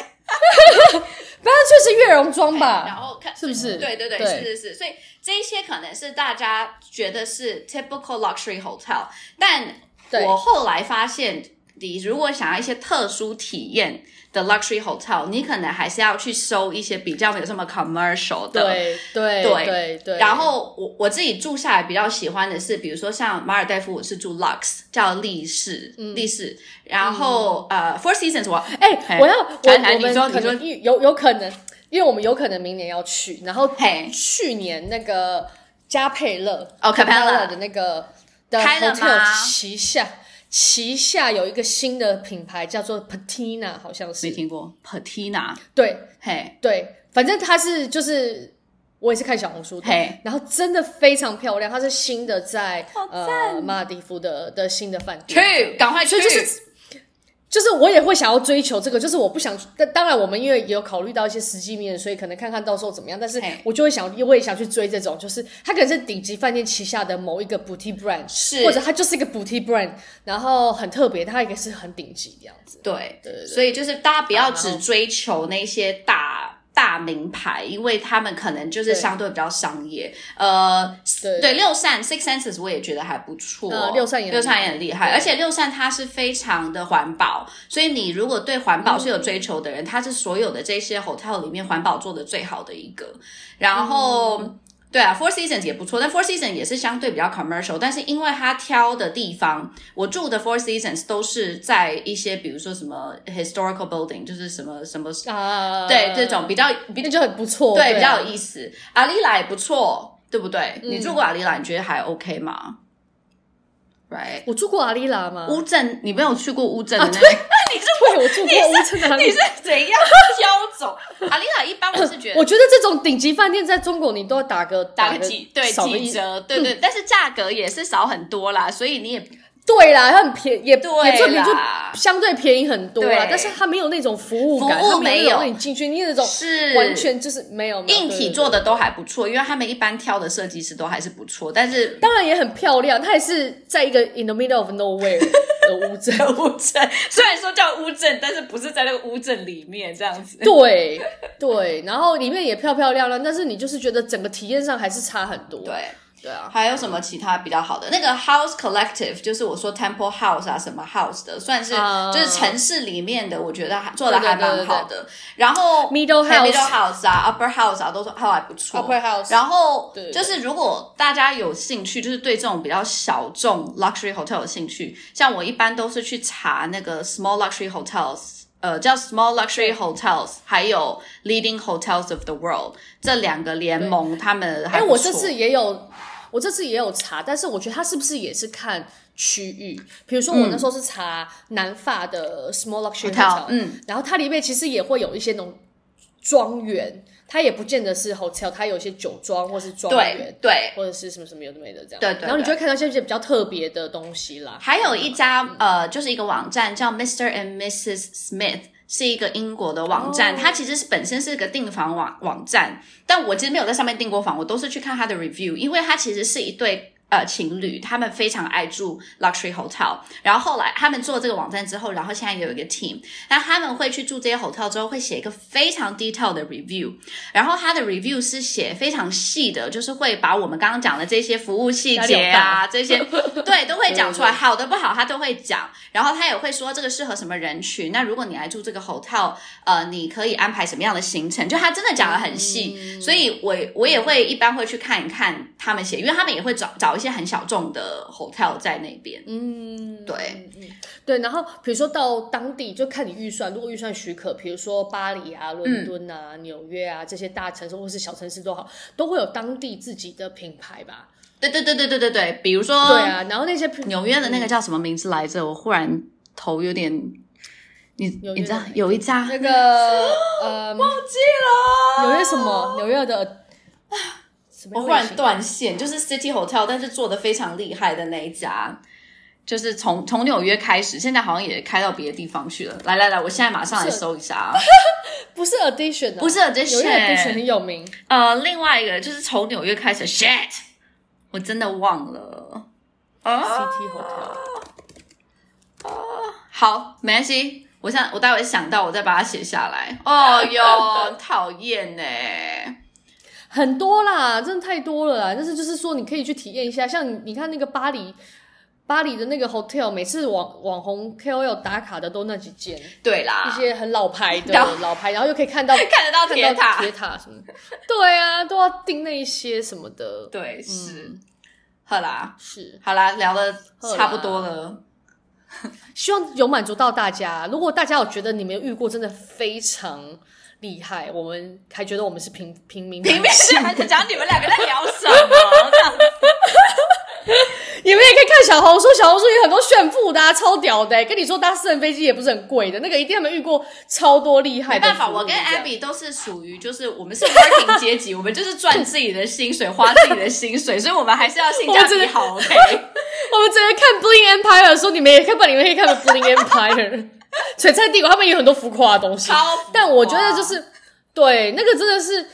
Speaker 1: ，pantry 是月容妆
Speaker 2: 然
Speaker 1: 吧？
Speaker 2: 后看
Speaker 1: 是不是
Speaker 2: 对对对，
Speaker 1: 对
Speaker 2: 是是是。所以这些可能是大家觉得是 typical luxury hotel，但
Speaker 1: 对
Speaker 2: 我后来发现，你如果想要一些特殊体验的 luxury hotel，你可能还是要去搜一些比较没有这么 commercial 的。
Speaker 1: 对对
Speaker 2: 哎对
Speaker 1: 对对，
Speaker 2: 然后我我自己住下来比较喜欢的是，比如说像马尔代夫，我是住 Lux，叫丽士，丽士。然后、呃，Four Seasons 我
Speaker 1: 哎、
Speaker 2: 哎
Speaker 1: 我要我
Speaker 2: 来来
Speaker 1: 我
Speaker 2: 你说
Speaker 1: 们可
Speaker 2: 你说
Speaker 1: 能遇有有可能。因为我们有可能明年要去，然后
Speaker 2: 嘿
Speaker 1: 去年那个加佩勒
Speaker 2: 哦 Capella
Speaker 1: 的那个的
Speaker 2: 开了
Speaker 1: hotel
Speaker 2: 吗
Speaker 1: 旗下旗下有一个新的品牌叫做 Patina，好像
Speaker 2: 没
Speaker 1: 是
Speaker 2: 听过 Patina，
Speaker 1: 对
Speaker 2: 嘿，
Speaker 1: 对，反正它是就是我也是看小红书的
Speaker 2: 嘿，
Speaker 1: 然后真的非常漂亮，它是新的在
Speaker 2: 好赞
Speaker 1: 呃马尔蒂夫的的新的饭店，
Speaker 2: 去，赶快
Speaker 1: 所
Speaker 2: 去，
Speaker 1: 以就是就是我也会想要追求这个，就是我不想，但当然我们因为也有考虑到一些实际面，所以可能看看到时候怎么样。但是
Speaker 2: 嘿
Speaker 1: 我就会想，又会想去追这种，就是它可能是顶级饭店旗下的某一个 boutique brand，
Speaker 2: 是
Speaker 1: 或者它就是一个 boutique brand，然后很特别，它也是很顶级这样子。
Speaker 2: 对，
Speaker 1: 对对
Speaker 2: 所以就是大家不要
Speaker 1: 好
Speaker 2: 只追求那些大大名牌，因为他们可能就是
Speaker 1: 对
Speaker 2: 相对比较商业。呃，
Speaker 1: 对
Speaker 2: 对，六扇 Six Senses 我也觉得还不错，
Speaker 1: 呃六扇也很
Speaker 2: 六扇也很厉害，
Speaker 1: 对
Speaker 2: 而且六扇它是非常的环保，所以你如果对环保是有
Speaker 1: 嗯
Speaker 2: 追求的人，它是所有的这些 hotel 里面环保做的最好的一个。然后。对啊，Four Seasons 也不错，但 Four Seasons 也是相对比较 commercial，但是因为它挑的地方，我住的 Four Seasons 都是在一些比如说什么 historical building，就是什么什么，
Speaker 1: 啊，
Speaker 2: 对这种比较比
Speaker 1: 那就很不错，
Speaker 2: 呃哦对啊嗯
Speaker 1: 对，啊
Speaker 2: 比较有意思。阿丽拉也不错，对不对？你住过阿丽拉，你觉得还 OK 吗？Right，
Speaker 1: 我住过阿丽拉吗？
Speaker 2: 乌镇你没有去过乌镇的那 个，
Speaker 1: 对，我住过乌镇的阿丽
Speaker 2: 啊你
Speaker 1: 拉
Speaker 2: 是。怎样 挑走？阿丽拉一般我是觉得
Speaker 1: 我觉得这种顶级饭店在中国，你都要打个
Speaker 2: 打
Speaker 1: 个
Speaker 2: 个几对
Speaker 1: 少个一嗯
Speaker 2: 几折，对对，但是价格也是少很多啦，所以你也
Speaker 1: 对啦，它很便也也
Speaker 2: 对
Speaker 1: 这边就
Speaker 2: 啦
Speaker 1: 相对便宜很多啦
Speaker 2: 对，
Speaker 1: 但是它没有那种服务感，
Speaker 2: 服务
Speaker 1: 它没
Speaker 2: 没
Speaker 1: 有
Speaker 2: 有
Speaker 1: 让你进去，你那种
Speaker 2: 是
Speaker 1: 完全就是没有没有
Speaker 2: 硬
Speaker 1: 对
Speaker 2: 体
Speaker 1: 对
Speaker 2: 做的
Speaker 1: 对
Speaker 2: 都还不错，因为他们一般挑的设计师都还是不错，但是
Speaker 1: 当然也很漂亮，它也是在一个 in the middle of nowhere 的乌 镇。
Speaker 2: 乌镇虽然说叫乌镇，但是不是在那个乌镇里面这样子。
Speaker 1: 对对，然后里面也漂漂亮亮，但是你就是觉得整个体验上还是差很多。
Speaker 2: 对，
Speaker 1: 对啊，
Speaker 2: 还有什么其他比较好的？那个 House Collective 就是我说 Temple House 啊，什么 House 的，算是、
Speaker 1: 啊
Speaker 2: 就是城市里面的，我觉得还做的
Speaker 1: 对对
Speaker 2: 还蛮
Speaker 1: 对对
Speaker 2: 好的。然后
Speaker 1: Middle
Speaker 2: 还有
Speaker 1: House
Speaker 2: Middle House 啊，Upper House 啊，都都还不错。
Speaker 1: Upper House
Speaker 2: 然后
Speaker 1: 对对
Speaker 2: 就是如果大家有兴趣，就是对这种比较小众 luxury hotel 有兴趣，像我一般都是去查那个 small luxury hotels。呃，叫 Small Luxury Hotels，还有 Leading Hotels of the World 这两个联盟，他们还
Speaker 1: 哎，
Speaker 2: 不
Speaker 1: 我这
Speaker 2: 错
Speaker 1: 次也有，我这次也有查，但是我觉得它是不是也是看区域？比如说我那时候是查南法的 small luxury
Speaker 2: Hotel，
Speaker 1: hotel，
Speaker 2: 嗯，
Speaker 1: 然后它里面其实也会有一些那种庄园，它也不见得是 hotel，它有一些酒庄或是庄
Speaker 2: 对
Speaker 1: 园，
Speaker 2: 对，
Speaker 1: 或者是什么什么有的没的这样。
Speaker 2: 对对
Speaker 1: 然后你
Speaker 2: 对
Speaker 1: 就会看到一些比较特别的东西啦。
Speaker 2: 还有一家呃，就是一个网站叫 Mr. and Mrs. Smith，是一个英国的网站。
Speaker 1: 哦
Speaker 2: 它其实是本身是个订房网网站，但我其实没有在上面订过房，我都是去看它的 review，因为它其实是一对。呃，情侣他们非常爱住 luxury hotel，然后后来他们做这个网站之后，然后现在有一个 team，那他们会去住这些 hotel 之后，会写一个非常 detail 的 review，然后他的 review 是写非常细的，就是会把我们刚刚讲的这些服务细
Speaker 1: 压力
Speaker 2: 节
Speaker 1: 好大
Speaker 2: 啊，啊， 这些对都会讲出来，好的不好他都会讲，然后他也会说这个适合什么人群。那如果你来住这个 hotel，呃，你可以安排什么样的行程？就他真的讲的很细，所以我我也会一般会去看一看他们写，因为他们也会找找一些很小众的 hotel 在那边。
Speaker 1: 嗯，
Speaker 2: 对
Speaker 1: 对，然后比如说到当地就看你预算，如果预算许可，比如说巴黎啊、
Speaker 2: 嗯
Speaker 1: 伦敦啊、纽约啊这些大城市或是小城市都好，都会有当地自己的品牌吧。
Speaker 2: 对对对对对对对，比如说
Speaker 1: 对啊，然后那些品
Speaker 2: 纽约的那个叫什么名字来着？我忽然头有点，你
Speaker 1: 纽约的
Speaker 2: 你知道
Speaker 1: 哪一个
Speaker 2: 有一家
Speaker 1: 那 个呃，忘记了纽约什么？纽约的什么
Speaker 2: 我
Speaker 1: 卫星？
Speaker 2: 忽然断线，就是 City Hotel，但是做的非常厉害的那一家，就是从从纽约开始，现在好像也开到别的地方去了。来来来，我现在马上来搜一下 啊，
Speaker 1: 不是 Addition，、啊、
Speaker 2: 不是
Speaker 1: 纽约 Addition
Speaker 2: Edition，
Speaker 1: 很有名。
Speaker 2: 呃，另外一个就是从纽约开始，shit，我真的忘了啊，
Speaker 1: CT Hotel，
Speaker 2: 好，没关系，我现在我待会想到我再把它写下来。哦 哟，讨厌呢、
Speaker 1: 很多啦，真的太多了啦。但是就是说，你可以去体验一下，像你你看那个巴黎，巴黎的那个 hotel，每次网网红 KOL 打卡的都那几间，
Speaker 2: 对
Speaker 1: 一
Speaker 2: 啦，
Speaker 1: 些很老牌的
Speaker 2: 啊然后
Speaker 1: 老牌，然后又可以看到
Speaker 2: 看得到
Speaker 1: 看
Speaker 2: 铁塔
Speaker 1: 铁塔什么的。对啊，都要订那一些什么的。
Speaker 2: 对是，好啦，
Speaker 1: 是，
Speaker 2: 好啦，聊的
Speaker 1: 嗯好啦
Speaker 2: 差不多了。
Speaker 1: 希望有满足到大家。如果大家有觉得你们遇过真的非常厉害，我们还觉得我们是平平民
Speaker 2: 平面
Speaker 1: 性
Speaker 2: 是还在讲你们两个在聊 什么？这样子
Speaker 1: 你们也可以看小红书，小红书有很多炫富的、啊，超屌的、跟你说搭私人飞机也不是很贵的，那个一定他们遇过超多厉害
Speaker 2: 没
Speaker 1: 的。
Speaker 2: 办法，我跟 Abby 都是属于就是我们是 working 阶级，我们就是赚自己的薪水，花自己的薪水，所以我们还是要性价
Speaker 1: 我真
Speaker 2: 比
Speaker 1: 的
Speaker 2: 好 OK。
Speaker 1: 我们只能看 Bling Empire，说你们也看吧，你们可以看 Bling Empire，璀璨帝国，他们也有很多浮夸的东西啊
Speaker 2: 超浮夸，
Speaker 1: 但我觉得就是对那个真的是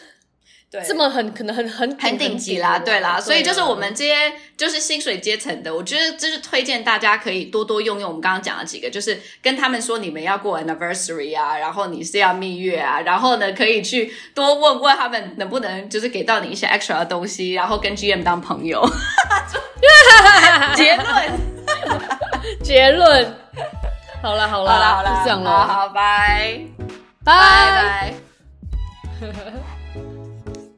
Speaker 2: 对，
Speaker 1: 这么很可能很很
Speaker 2: 很顶级啦，
Speaker 1: 很
Speaker 2: 对啦，
Speaker 1: 啊
Speaker 2: 所以就是我们这些就是薪水阶层的，我觉得就是推荐大家可以多多用用我们刚刚讲的几个，就是跟他们说你们要过 anniversary 啊，然后你是要蜜月啊，然后呢可以去多问问他们能不能就是给到你一些 extra 的东西，然后跟 GM 当朋 友。结论
Speaker 1: 结论。好了好
Speaker 2: 好
Speaker 1: 了
Speaker 2: 啦好啦，
Speaker 1: 就这样
Speaker 2: 好
Speaker 1: 了，
Speaker 2: 好拜
Speaker 1: 拜
Speaker 2: 拜拜。